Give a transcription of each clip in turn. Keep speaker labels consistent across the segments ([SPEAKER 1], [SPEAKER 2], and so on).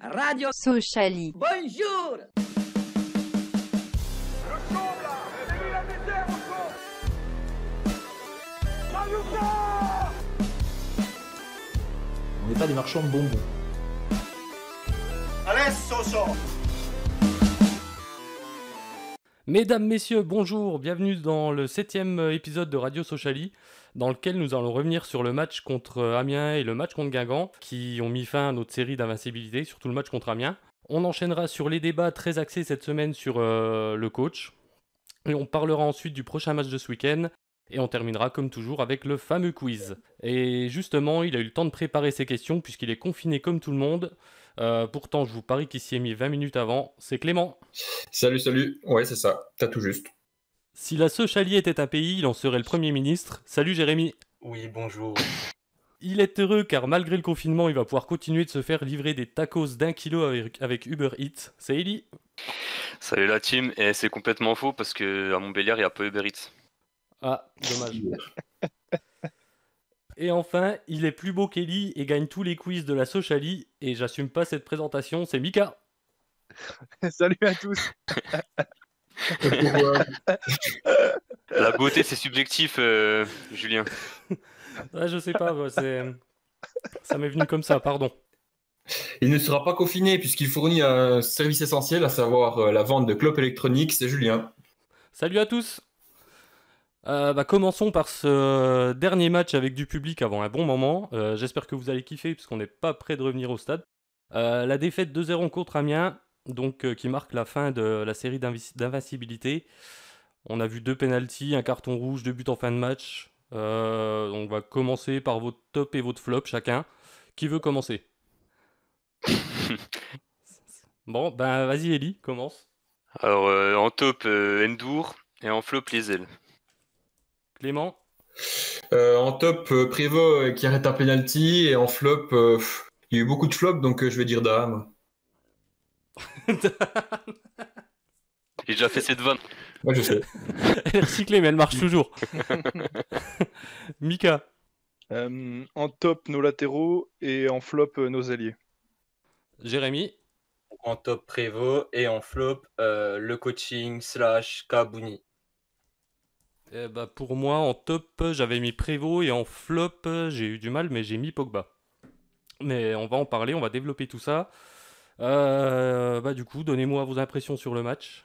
[SPEAKER 1] Radio
[SPEAKER 2] Sociali.
[SPEAKER 1] Bonjour
[SPEAKER 3] Le chauve là C'est lui la misère au fond Manuka
[SPEAKER 4] On n'est pas des marchands de bonbons.
[SPEAKER 3] Adesso so
[SPEAKER 5] Mesdames, Messieurs, bonjour, bienvenue dans le septième épisode de Radio Sociali, dans lequel nous allons revenir sur le match contre Amiens et le match contre Guingamp, qui ont mis fin à notre série d'invincibilité, surtout le match contre Amiens. On enchaînera sur les débats très axés cette semaine sur euh, le coach, et on parlera ensuite du prochain match de ce week-end, et on terminera comme toujours avec le fameux quiz. Et justement, il a eu le temps de préparer ses questions, puisqu'il est confiné comme tout le monde. Euh, pourtant, je vous parie qu'il s'y est mis 20 minutes avant, c'est Clément.
[SPEAKER 6] Salut, salut. Ouais, c'est ça. T'as tout juste.
[SPEAKER 5] Si la Sochalie était un pays, il en serait le Premier ministre. Salut Jérémy
[SPEAKER 7] Oui, bonjour.
[SPEAKER 5] Il est heureux car malgré le confinement, il va pouvoir continuer de se faire livrer des tacos d'un kilo avec, avec Uber Eats. C'est Eli
[SPEAKER 8] Salut la team, et c'est complètement faux parce que à Montbéliard il y a peu Uber Eats.
[SPEAKER 5] Ah, dommage. Et enfin, il est plus beau qu'Eli et gagne tous les quiz de la Sochalie. Et j'assume pas cette présentation, c'est Mika
[SPEAKER 9] Salut à tous.
[SPEAKER 6] Pourquoi
[SPEAKER 8] La beauté c'est subjectif, euh, Julien.
[SPEAKER 5] Ah, Je sais pas, moi, c'est... ça m'est venu comme ça, pardon.
[SPEAKER 6] Il ne sera pas confiné puisqu'il fournit un service essentiel, à savoir euh, la vente de clopes électroniques. C'est Julien.
[SPEAKER 5] Salut à tous Euh, bah, Commençons par ce dernier match avec du public avant un bon moment. Euh, J'espère que vous allez kiffer puisqu'on n'est pas près de revenir au stade. Euh, la défaite 2-0 contre Amiens, donc, euh, qui marque la fin de la série d'invi- d'invincibilité. On a vu deux pénalties, un carton rouge, deux buts en fin de match. Euh, on va commencer par votre top et votre flop chacun. Qui veut commencer Bon, ben vas-y Ellie, commence.
[SPEAKER 8] Alors euh, en top euh, Endur et en flop Liesel.
[SPEAKER 5] Clément
[SPEAKER 6] Euh, en top, euh, Prévost euh, qui arrête un penalty et en flop, euh, pff, il y a eu beaucoup de flops donc euh, je vais dire Dame.
[SPEAKER 8] J'ai déjà fait cette vanne.
[SPEAKER 6] Moi je sais.
[SPEAKER 5] Elle est recyclée mais elle marche toujours. Mika
[SPEAKER 9] Euh, en top, nos latéraux et en flop, euh, nos alliés.
[SPEAKER 5] Jérémy
[SPEAKER 7] En top Prévost et en flop, euh, le coaching slash Kabouni.
[SPEAKER 5] Eh bah, Pour moi, en top, j'avais mis Prévost et en flop, j'ai eu du mal, mais j'ai mis Pogba. Mais on va en parler, on va développer tout ça. Euh, bah, du coup, donnez-moi vos impressions sur le match.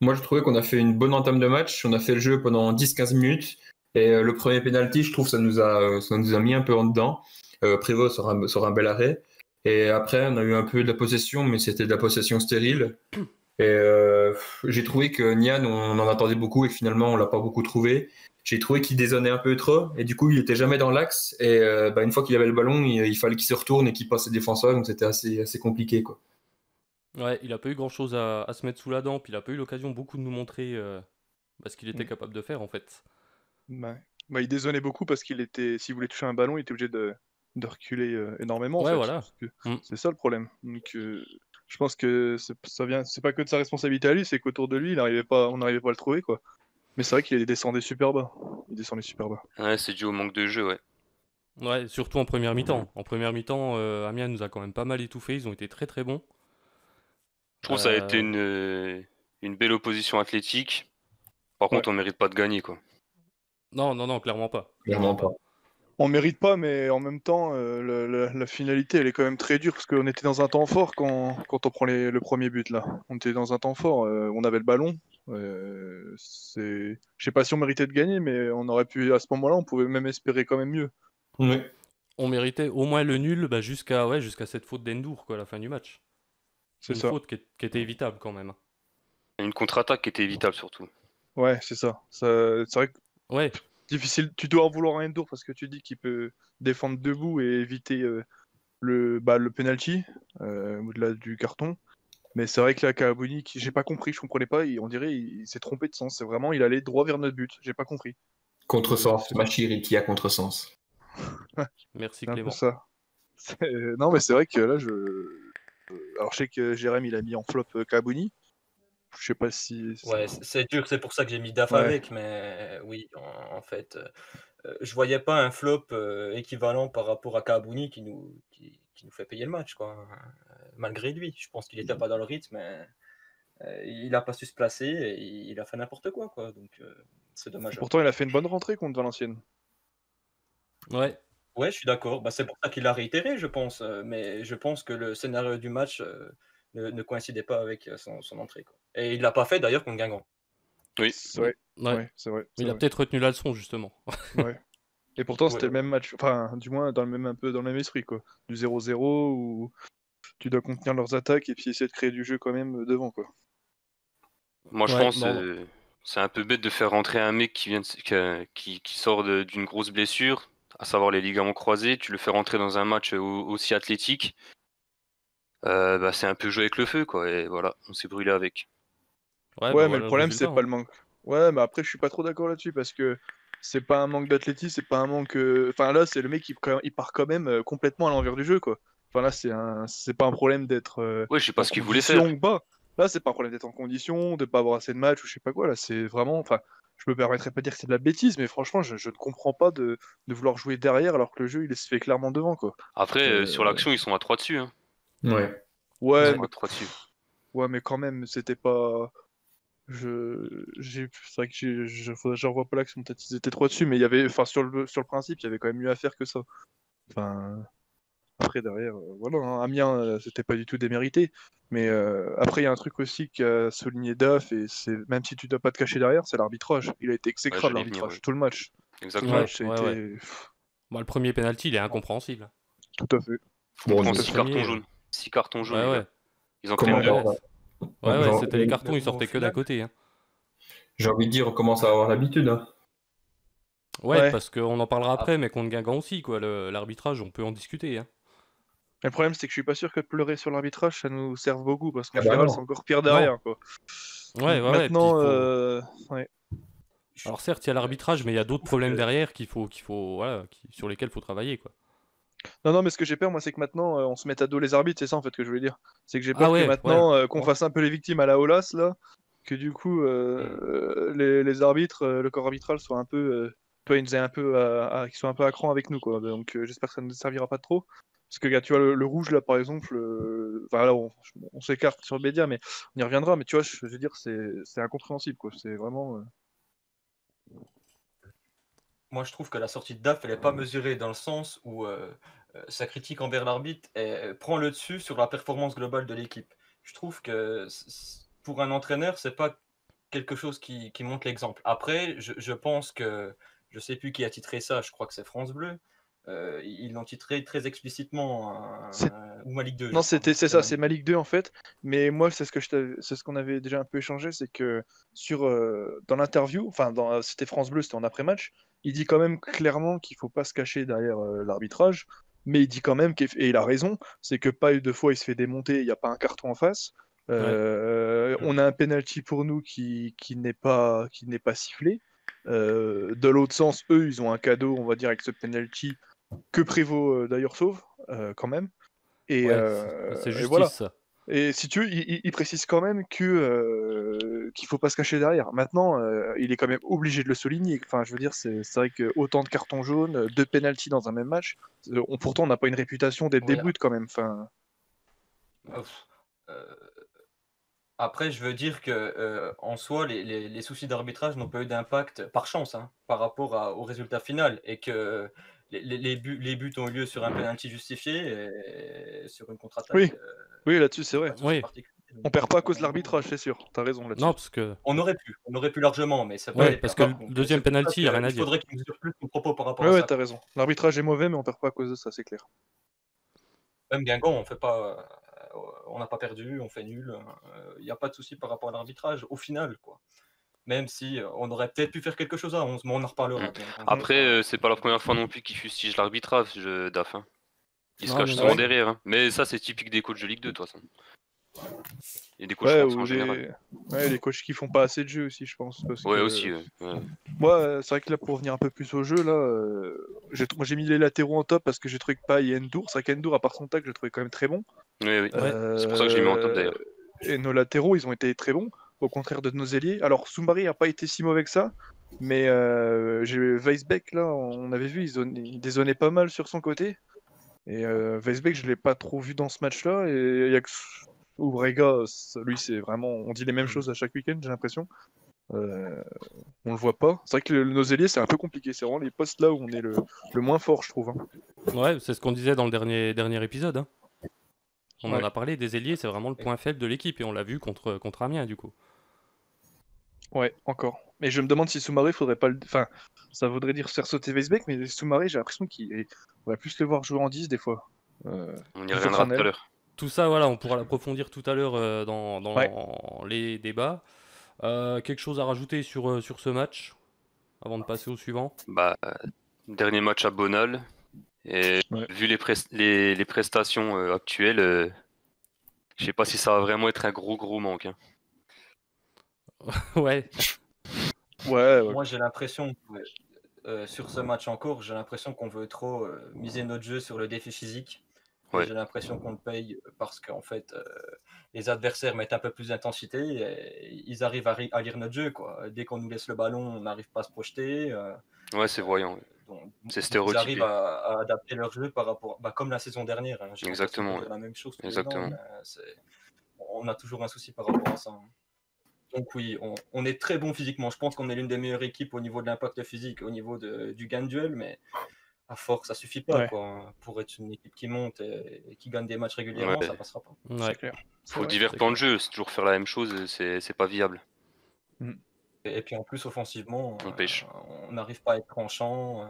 [SPEAKER 6] Moi je trouvais qu'on a fait une bonne entame de match. On a fait le jeu pendant 10-15 minutes et euh, le premier penalty, je trouve, ça nous a, euh, ça nous a mis un peu en dedans. Euh, Prévost sera un, sera un bel arrêt. Et après, on a eu un peu de la possession, mais c'était de la possession stérile. Et euh, j'ai trouvé que Nian, on en attendait beaucoup et finalement, on l'a pas beaucoup trouvé. J'ai trouvé qu'il désonnait un peu trop et du coup, il était jamais dans l'axe. Et euh, bah, une fois qu'il avait le ballon, il, il fallait qu'il se retourne et qu'il passe ses défenseurs, donc c'était assez, assez compliqué. Quoi.
[SPEAKER 5] Ouais, il a pas eu grand-chose à, à se mettre sous la dent, puis il a pas eu l'occasion beaucoup de nous montrer euh, bah, ce qu'il était
[SPEAKER 9] Mm.
[SPEAKER 5] capable de faire en fait.
[SPEAKER 9] Ouais. Bah, il désonnait beaucoup parce qu'il était, s'il voulait toucher un ballon, il était obligé de, de reculer euh, énormément. en
[SPEAKER 5] Ouais,
[SPEAKER 9] fait,
[SPEAKER 5] voilà.
[SPEAKER 9] parce que
[SPEAKER 5] Mm.
[SPEAKER 9] C'est ça le problème. Donc, euh, je pense que c'est- ça vient, c'est pas que de sa responsabilité à lui, c'est qu'autour de lui, il n'arrivait pas, on n'arrivait pas à le trouver, quoi. Mais c'est vrai qu'il descendait super bas. Il descendait super bas.
[SPEAKER 8] Ouais, c'est dû au manque de jeu, ouais.
[SPEAKER 5] Ouais, surtout en première mi-temps. En première mi-temps, euh, Amiens nous a quand même pas mal étouffés, ils ont été très très bons.
[SPEAKER 8] Je trouve que ça a été
[SPEAKER 5] Euh.
[SPEAKER 8] une, euh, une belle opposition athlétique. Par contre, on mérite pas de gagner quoi.
[SPEAKER 5] Non, non, non, clairement pas.
[SPEAKER 6] Clairement pas.
[SPEAKER 9] On mérite pas, mais en même temps, euh, le- le- la finalité, elle est quand même très dure parce qu'on était dans un temps fort quand, quand on prend les- le premier but là. On était dans un temps fort, euh, on avait le ballon. euh, c'est, je sais pas si on méritait de gagner, mais on aurait pu à ce moment-là, on pouvait même espérer quand même mieux.
[SPEAKER 6] Ouais.
[SPEAKER 5] On méritait au moins le nul bah, jusqu'à ouais, jusqu'à cette faute d'Endour quoi, à la fin du match.
[SPEAKER 9] C'est
[SPEAKER 5] une
[SPEAKER 9] ça.
[SPEAKER 5] faute qui, est- qui était évitable quand même. hein.
[SPEAKER 8] Une contre-attaque qui était évitable surtout.
[SPEAKER 9] Ouais, c'est ça. Ça- C'est vrai que
[SPEAKER 5] Ouais,
[SPEAKER 9] difficile. Tu dois en vouloir à Endur parce que tu dis qu'il peut défendre debout et éviter euh, le bah, le penalty euh, au-delà du carton. Mais c'est vrai que la Kaabuni, qui... j'ai pas compris, je comprenais pas. il- on dirait il, il s'est trompé de sens. C'est vraiment il allait droit vers notre but. J'ai pas compris.
[SPEAKER 6] Contresens, Machiri qui a contresens.
[SPEAKER 5] merci
[SPEAKER 9] C'est un peu
[SPEAKER 5] Clément.
[SPEAKER 9] ça. C'est- Non mais c'est vrai que là je. euh, Alors je sais que Jérém il a mis en flop euh, Kaabuni. Je sais pas si.
[SPEAKER 7] Ouais, c- c'est dur, c'est pour ça que j'ai mis DAF
[SPEAKER 9] Ouais.
[SPEAKER 7] avec, mais euh, oui, en, en fait, euh, euh, je voyais pas un flop euh, équivalent par rapport à Kabouni qui nous, qui, qui nous fait payer le match, quoi. Euh, malgré lui. Je pense qu'il n'était pas dans le rythme. hein. Euh, il n'a pas su se placer et il a fait n'importe quoi. quoi. Donc, euh, c'est dommage.
[SPEAKER 9] Pourtant, il a fait une bonne rentrée contre Valenciennes.
[SPEAKER 5] Ouais.
[SPEAKER 7] Ouais, je suis d'accord. Bah, c'est pour ça qu'il a réitéré, je pense. Euh, Mais je pense que le scénario du match euh, ne, ne coïncidait pas avec euh, son, son entrée. quoi. Et il l'a pas fait d'ailleurs contre Guingamp.
[SPEAKER 8] Oui.
[SPEAKER 9] Ouais,
[SPEAKER 5] ouais.
[SPEAKER 9] ouais, c'est vrai. c'est
[SPEAKER 5] Il a
[SPEAKER 9] vrai.
[SPEAKER 5] peut-être retenu la leçon, justement.
[SPEAKER 9] Ouais. Et pourtant, c'était
[SPEAKER 7] Ouais.
[SPEAKER 9] le même match, enfin, du moins, dans le même, un peu dans le même esprit, quoi. Du 0-0 où tu dois contenir leurs attaques et puis essayer de créer du jeu quand même euh, devant, quoi.
[SPEAKER 8] Moi, je
[SPEAKER 5] Ouais,
[SPEAKER 8] pense
[SPEAKER 5] non.
[SPEAKER 8] euh, c'est un peu bête de faire rentrer un mec qui, vient de- qui, a- qui- qui sort de- d'une grosse blessure, à savoir les ligaments croisés. Tu le fais rentrer dans un match euh, au- aussi athlétique. Euh, bah, c'est un peu jouer avec le feu, quoi. Et voilà, on s'est brûlé avec.
[SPEAKER 5] Ouais,
[SPEAKER 9] Ouais,
[SPEAKER 5] bah
[SPEAKER 9] mais
[SPEAKER 5] voilà
[SPEAKER 9] le problème, c'est
[SPEAKER 5] résultat,
[SPEAKER 9] pas
[SPEAKER 5] hein.
[SPEAKER 9] le manque. Ouais, mais après, je suis pas trop d'accord là-dessus parce que c'est pas un manque d'athlétisme, c'est pas un manque. euh, Enfin, là, c'est le mec qui il part quand même euh, complètement à l'envers du jeu, quoi. Enfin, là, c'est un... c'est pas un problème d'être. euh,
[SPEAKER 8] Ouais, je sais pas
[SPEAKER 9] en
[SPEAKER 8] ce qu'il voulait
[SPEAKER 9] condition
[SPEAKER 8] faire.
[SPEAKER 9] ou pas. bah, Là, c'est pas un problème d'être en condition, de pas avoir assez de matchs ou je sais pas quoi. Là, c'est vraiment. Enfin, je me permettrais pas de dire que c'est de la bêtise, mais franchement, je, je ne comprends pas de, de vouloir jouer derrière alors que le jeu, il se fait clairement devant, quoi.
[SPEAKER 8] Après,
[SPEAKER 9] Euh,
[SPEAKER 8] euh, sur l'action, ils sont à 3 dessus. Hein.
[SPEAKER 6] Ouais.
[SPEAKER 8] Ils
[SPEAKER 9] Ouais,
[SPEAKER 8] sont
[SPEAKER 9] mais,
[SPEAKER 8] à 3 dessus.
[SPEAKER 9] ouais, mais quand même, c'était pas. Je, j'ai, c'est vrai que j'ai, je, faudrait que je revois pas l'action, peut-être ils étaient trop dessus, mais il y avait, enfin, sur le, sur le principe, il y avait quand même mieux à faire que ça. Enfin, après, derrière, euh, voilà, hein, Amiens, euh, c'était pas du tout démérité. Mais euh, après, il y a un truc aussi qu'a souligné Daf, et c'est même si tu dois pas te cacher derrière, c'est l'arbitrage. Il a été exécrable,
[SPEAKER 8] j'allais y venir,
[SPEAKER 9] l'arbitrage,
[SPEAKER 8] ouais.
[SPEAKER 9] tout le match. Tout le
[SPEAKER 8] Exactement.
[SPEAKER 5] Ouais,
[SPEAKER 9] match, ça a
[SPEAKER 5] ouais,
[SPEAKER 9] été-
[SPEAKER 5] Bah, le premier penalty, il est incompréhensible.
[SPEAKER 9] Tout à fait.
[SPEAKER 6] Bon,
[SPEAKER 8] Prends
[SPEAKER 6] mais-
[SPEAKER 8] 6
[SPEAKER 5] premier,
[SPEAKER 8] cartons
[SPEAKER 5] ouais.
[SPEAKER 8] jaunes. 6 cartons jaunes.
[SPEAKER 5] Ouais,
[SPEAKER 8] les
[SPEAKER 5] ouais.
[SPEAKER 8] gars. Ils en
[SPEAKER 6] Comment
[SPEAKER 8] prennent deux.
[SPEAKER 5] ouais.
[SPEAKER 6] alors,
[SPEAKER 5] Ouais, ouais,
[SPEAKER 6] Genre,
[SPEAKER 5] c'était les
[SPEAKER 6] euh,
[SPEAKER 5] cartons, ils
[SPEAKER 1] au
[SPEAKER 5] sortaient que
[SPEAKER 1] final-
[SPEAKER 5] d'à côté. hein.
[SPEAKER 6] J'ai envie de dire, on commence à avoir l'habitude. hein.
[SPEAKER 5] Ouais,
[SPEAKER 9] Ouais.
[SPEAKER 5] parce qu'on en parlera après, mais contre Guingamp aussi, quoi. le- L'arbitrage, on peut en discuter. hein.
[SPEAKER 9] Mais Le problème, c'est que je suis pas sûr que de pleurer sur l'arbitrage, ça nous serve beaucoup, parce qu'en
[SPEAKER 6] Ah bah
[SPEAKER 9] général,
[SPEAKER 6] non.
[SPEAKER 9] c'est encore pire derrière, quoi.
[SPEAKER 5] Ouais, ouais, ouais,
[SPEAKER 9] Maintenant,
[SPEAKER 5] puis il faut-
[SPEAKER 9] euh,
[SPEAKER 5] Alors certes, il y a l'arbitrage, mais il y a
[SPEAKER 7] Euh,
[SPEAKER 5] d'autres
[SPEAKER 9] euh,
[SPEAKER 5] problèmes derrière qu'il faut, qu'il faut, voilà, qui- sur lesquels faut travailler, quoi.
[SPEAKER 9] Non, non, mais ce que j'ai peur, moi, c'est que maintenant, euh, on se mette à dos les arbitres, c'est ça, en fait, que je voulais dire. C'est que j'ai
[SPEAKER 5] Ah
[SPEAKER 9] peur
[SPEAKER 5] ouais,
[SPEAKER 9] que maintenant, euh, qu'on fasse un peu les victimes à la Olas, là, que du coup, euh,
[SPEAKER 5] Mm.
[SPEAKER 9] les, les arbitres, euh, le corps arbitral soit un peu, euh, tu vois, ils nous aient un peu, à, à- qu'ils soient un peu à cran avec nous, quoi. Donc, euh, j'espère que ça ne servira pas trop. Parce que, gars, tu vois, le, le rouge, là, par exemple, euh, enfin, là, on, on s'écarte sur le média, mais on y reviendra, mais tu vois, je, je veux dire, c'est c'est incompréhensible, quoi. C'est vraiment. euh,
[SPEAKER 7] Moi, je trouve que la sortie de DAF, elle n'est pas mesurée dans le sens où euh, euh, sa critique envers l'arbitre elle prend le dessus sur la performance globale de l'équipe. Je trouve que c- c- pour un entraîneur, c'est pas quelque chose qui, qui montre l'exemple. Après, je, je pense que, je sais plus qui a titré ça, je crois que c'est France Bleu, euh, ils l'ont titré très explicitement, un-
[SPEAKER 9] C'est-
[SPEAKER 7] un- ou Malik 2. je
[SPEAKER 9] Non,
[SPEAKER 7] crois. Euh,
[SPEAKER 9] c'était c'est ça,
[SPEAKER 7] même-
[SPEAKER 9] c'est ma Ligue 2 en fait. Mais moi, c'est ce que je t'avais- c'est ce qu'on avait déjà un peu échangé, c'est que sur euh, dans l'interview, enfin dans euh, c'était France Bleu, c'était en après-match, il dit quand même clairement qu'il faut pas se cacher derrière euh, l'arbitrage, mais il dit quand même qu'eff- et il a raison, c'est que pas une deux fois il se fait démonter, il n'y a pas un carton en face. Euh, on a un penalty pour nous qui, qui n'est pas qui n'est pas sifflé. Euh, de l'autre sens, eux, ils ont un cadeau, on va dire, avec ce penalty que Prévost euh, d'ailleurs sauve euh, quand même. Et,
[SPEAKER 5] Ouais, c'est-
[SPEAKER 9] euh,
[SPEAKER 5] c'est
[SPEAKER 9] et
[SPEAKER 5] justice.
[SPEAKER 9] voilà.
[SPEAKER 5] ça.
[SPEAKER 9] Et si tu veux, il, il- il précise quand même que euh, qu'il faut pas se cacher derrière. Maintenant, euh, il est quand même obligé de le souligner. Enfin, je veux dire, c'est c'est vrai que autant de cartons jaunes, euh, deux penalties dans un même match, euh, on, pourtant on n'a pas une réputation d'être des
[SPEAKER 7] Voilà.
[SPEAKER 9] brutes quand même. Enfin,
[SPEAKER 7] Euh, pff, euh, Après, je veux dire que euh, en soi, les, les- les soucis d'arbitrage n'ont pas eu d'impact par chance hein, par rapport à- au résultat final et que les, les- les buts, les buts ont eu lieu sur un penalty justifié et sur une contre-attaque.
[SPEAKER 9] Oui,
[SPEAKER 7] euh,
[SPEAKER 9] oui, là-dessus c'est vrai.
[SPEAKER 7] pas de souci
[SPEAKER 5] Oui.
[SPEAKER 7] particulier.
[SPEAKER 9] On perd pas à cause de l'arbitrage, c'est sûr. T'as raison là-dessus.
[SPEAKER 5] Non, parce que
[SPEAKER 7] On aurait pu, on aurait pu largement, mais c'est
[SPEAKER 5] Ouais,
[SPEAKER 7] vrai,
[SPEAKER 5] parce
[SPEAKER 7] par
[SPEAKER 5] que le
[SPEAKER 7] contre,
[SPEAKER 5] deuxième
[SPEAKER 7] c'est pour ça
[SPEAKER 5] penalty, y a
[SPEAKER 7] que
[SPEAKER 5] rien à dire.
[SPEAKER 7] euh, Il faudrait qu'il mesure plus son propos par rapport
[SPEAKER 9] Ouais,
[SPEAKER 7] à
[SPEAKER 9] ouais,
[SPEAKER 7] ça.
[SPEAKER 9] Ah, t'as raison. L'arbitrage est mauvais, mais on perd pas à cause de ça, c'est clair.
[SPEAKER 7] Même Guingamp, on fait pas, euh, on n'a pas perdu, on fait nul. Il n'y a pas de souci par rapport à l'arbitrage au final, quoi. Même si euh, on aurait peut-être pu faire quelque chose à 11, mais on en reparlera.
[SPEAKER 8] Mm.
[SPEAKER 7] bien entendu.
[SPEAKER 8] Après, euh, c'est pas la première fois non plus qu'ils fustigent l'arbitrage, je... DAF. hein. Ils se
[SPEAKER 5] Non,
[SPEAKER 8] cachent
[SPEAKER 5] mais
[SPEAKER 8] souvent
[SPEAKER 5] ouais.
[SPEAKER 8] derrière. hein. Mais ça, c'est typique des coachs de Ligue 2, de toute façon. Et des coachs
[SPEAKER 9] ouais,
[SPEAKER 8] français en
[SPEAKER 9] ou
[SPEAKER 8] général.
[SPEAKER 9] les... ouais, les coachs qui font pas assez de jeu aussi, je pense. parce
[SPEAKER 8] Ouais,
[SPEAKER 9] que-
[SPEAKER 8] aussi. ouais. Ouais.
[SPEAKER 9] Moi, euh, c'est vrai que là, pour revenir un peu plus au jeu, là, euh, j'ai trou- moi, j'ai mis les latéraux en top parce que j'ai trouvé que Payet et Endour. C'est vrai qu'Endour, à part son tac, je le trouvais quand même très bon.
[SPEAKER 8] Oui, oui.
[SPEAKER 9] Euh,
[SPEAKER 8] C'est pour ça que je l'ai mis en top, d'ailleurs.
[SPEAKER 9] Et nos latéraux, ils ont été très bons, au contraire de nos ailiers. Alors, Soumbari n'a pas été si mauvais que ça, mais euh, j'ai Weisbeck, là, on avait vu, il, zonait- il dézonnait pas mal sur son côté. Et euh, Weisbeck, je l'ai pas trop vu dans ce match-là. Et il y a que Oubrega, lui, c'est vraiment. On dit les
[SPEAKER 8] Mm.
[SPEAKER 9] mêmes choses à chaque week-end, j'ai l'impression. Euh, on le voit pas. C'est vrai que le, nos ailiers, c'est un peu compliqué. C'est vraiment les postes là où on est le, le moins fort, je trouve. hein.
[SPEAKER 5] Ouais, c'est ce qu'on disait dans le dernier, dernier épisode. hein. On en
[SPEAKER 9] Ouais.
[SPEAKER 5] a parlé, des ailiers, c'est vraiment le point faible de l'équipe, et on l'a vu contre, contre Amiens, du coup.
[SPEAKER 9] Ouais, encore. Mais je me demande si Soumaré faudrait pas le. Enfin, ça voudrait dire faire sauter Weisbeck, mais Soumaré, j'ai l'impression qu'il est... on va plus le voir jouer en 10 des fois. Euh,
[SPEAKER 8] On y
[SPEAKER 9] Tout
[SPEAKER 8] reviendra tout
[SPEAKER 9] fonctionnel.
[SPEAKER 8] à l'heure.
[SPEAKER 5] Tout ça, voilà, on pourra l'approfondir tout à l'heure euh, dans, dans
[SPEAKER 9] Ouais.
[SPEAKER 5] les débats. Euh, quelque chose à rajouter sur, euh, sur ce match avant de passer au suivant
[SPEAKER 8] Bah, euh, dernier match à Bonal. Et
[SPEAKER 9] Ouais.
[SPEAKER 8] vu les, pres- les, les prestations euh, actuelles, euh, je sais pas si ça va vraiment être un gros gros manque. hein.
[SPEAKER 5] Ouais,
[SPEAKER 9] Ouais, ouais.
[SPEAKER 7] Moi, j'ai l'impression, que, euh, sur ce match encore, j'ai l'impression qu'on veut trop euh, miser notre jeu sur le défi physique. Et
[SPEAKER 8] Ouais.
[SPEAKER 7] J'ai l'impression qu'on le paye parce qu'en fait, euh, les adversaires mettent un peu plus d'intensité et ils arrivent à, ri- à lire notre jeu. Quoi. Dès qu'on nous laisse le ballon, on n'arrive pas à se projeter. euh,
[SPEAKER 8] Ouais, c'est voyant. ouais.
[SPEAKER 7] donc,
[SPEAKER 8] C'est
[SPEAKER 7] ils
[SPEAKER 8] stéréotypé.
[SPEAKER 7] arrivent à, à adapter leur jeu par rapport, bah, comme la saison dernière. hein, j'ai l'impression
[SPEAKER 8] Exactement,
[SPEAKER 7] qu'on
[SPEAKER 8] ouais.
[SPEAKER 7] fait La même chose. tous les ans,
[SPEAKER 8] Exactement.
[SPEAKER 7] mais, euh, c'est- on a toujours un souci par rapport à ça. hein. Donc oui, on, on est très bon physiquement. Je pense qu'on est l'une des meilleures équipes au niveau de l'impact physique, au niveau de- du gain de duel, mais à force, ça suffit pas
[SPEAKER 9] Ouais.
[SPEAKER 7] quoi, hein. Pour être une équipe qui monte et, et qui gagne des matchs régulièrement,
[SPEAKER 8] Ouais.
[SPEAKER 7] ça passera pas.
[SPEAKER 5] ouais.
[SPEAKER 9] c'est clair. C'est
[SPEAKER 8] Faut
[SPEAKER 9] vrai.
[SPEAKER 8] divers
[SPEAKER 5] c'est
[SPEAKER 8] plans de jeu, c'est toujours faire la même chose, euh, c'est c'est pas viable.
[SPEAKER 7] Et, et puis en plus, offensivement,
[SPEAKER 8] On
[SPEAKER 7] euh,
[SPEAKER 8] pêche.
[SPEAKER 7] on n'arrive pas à être tranchant. euh.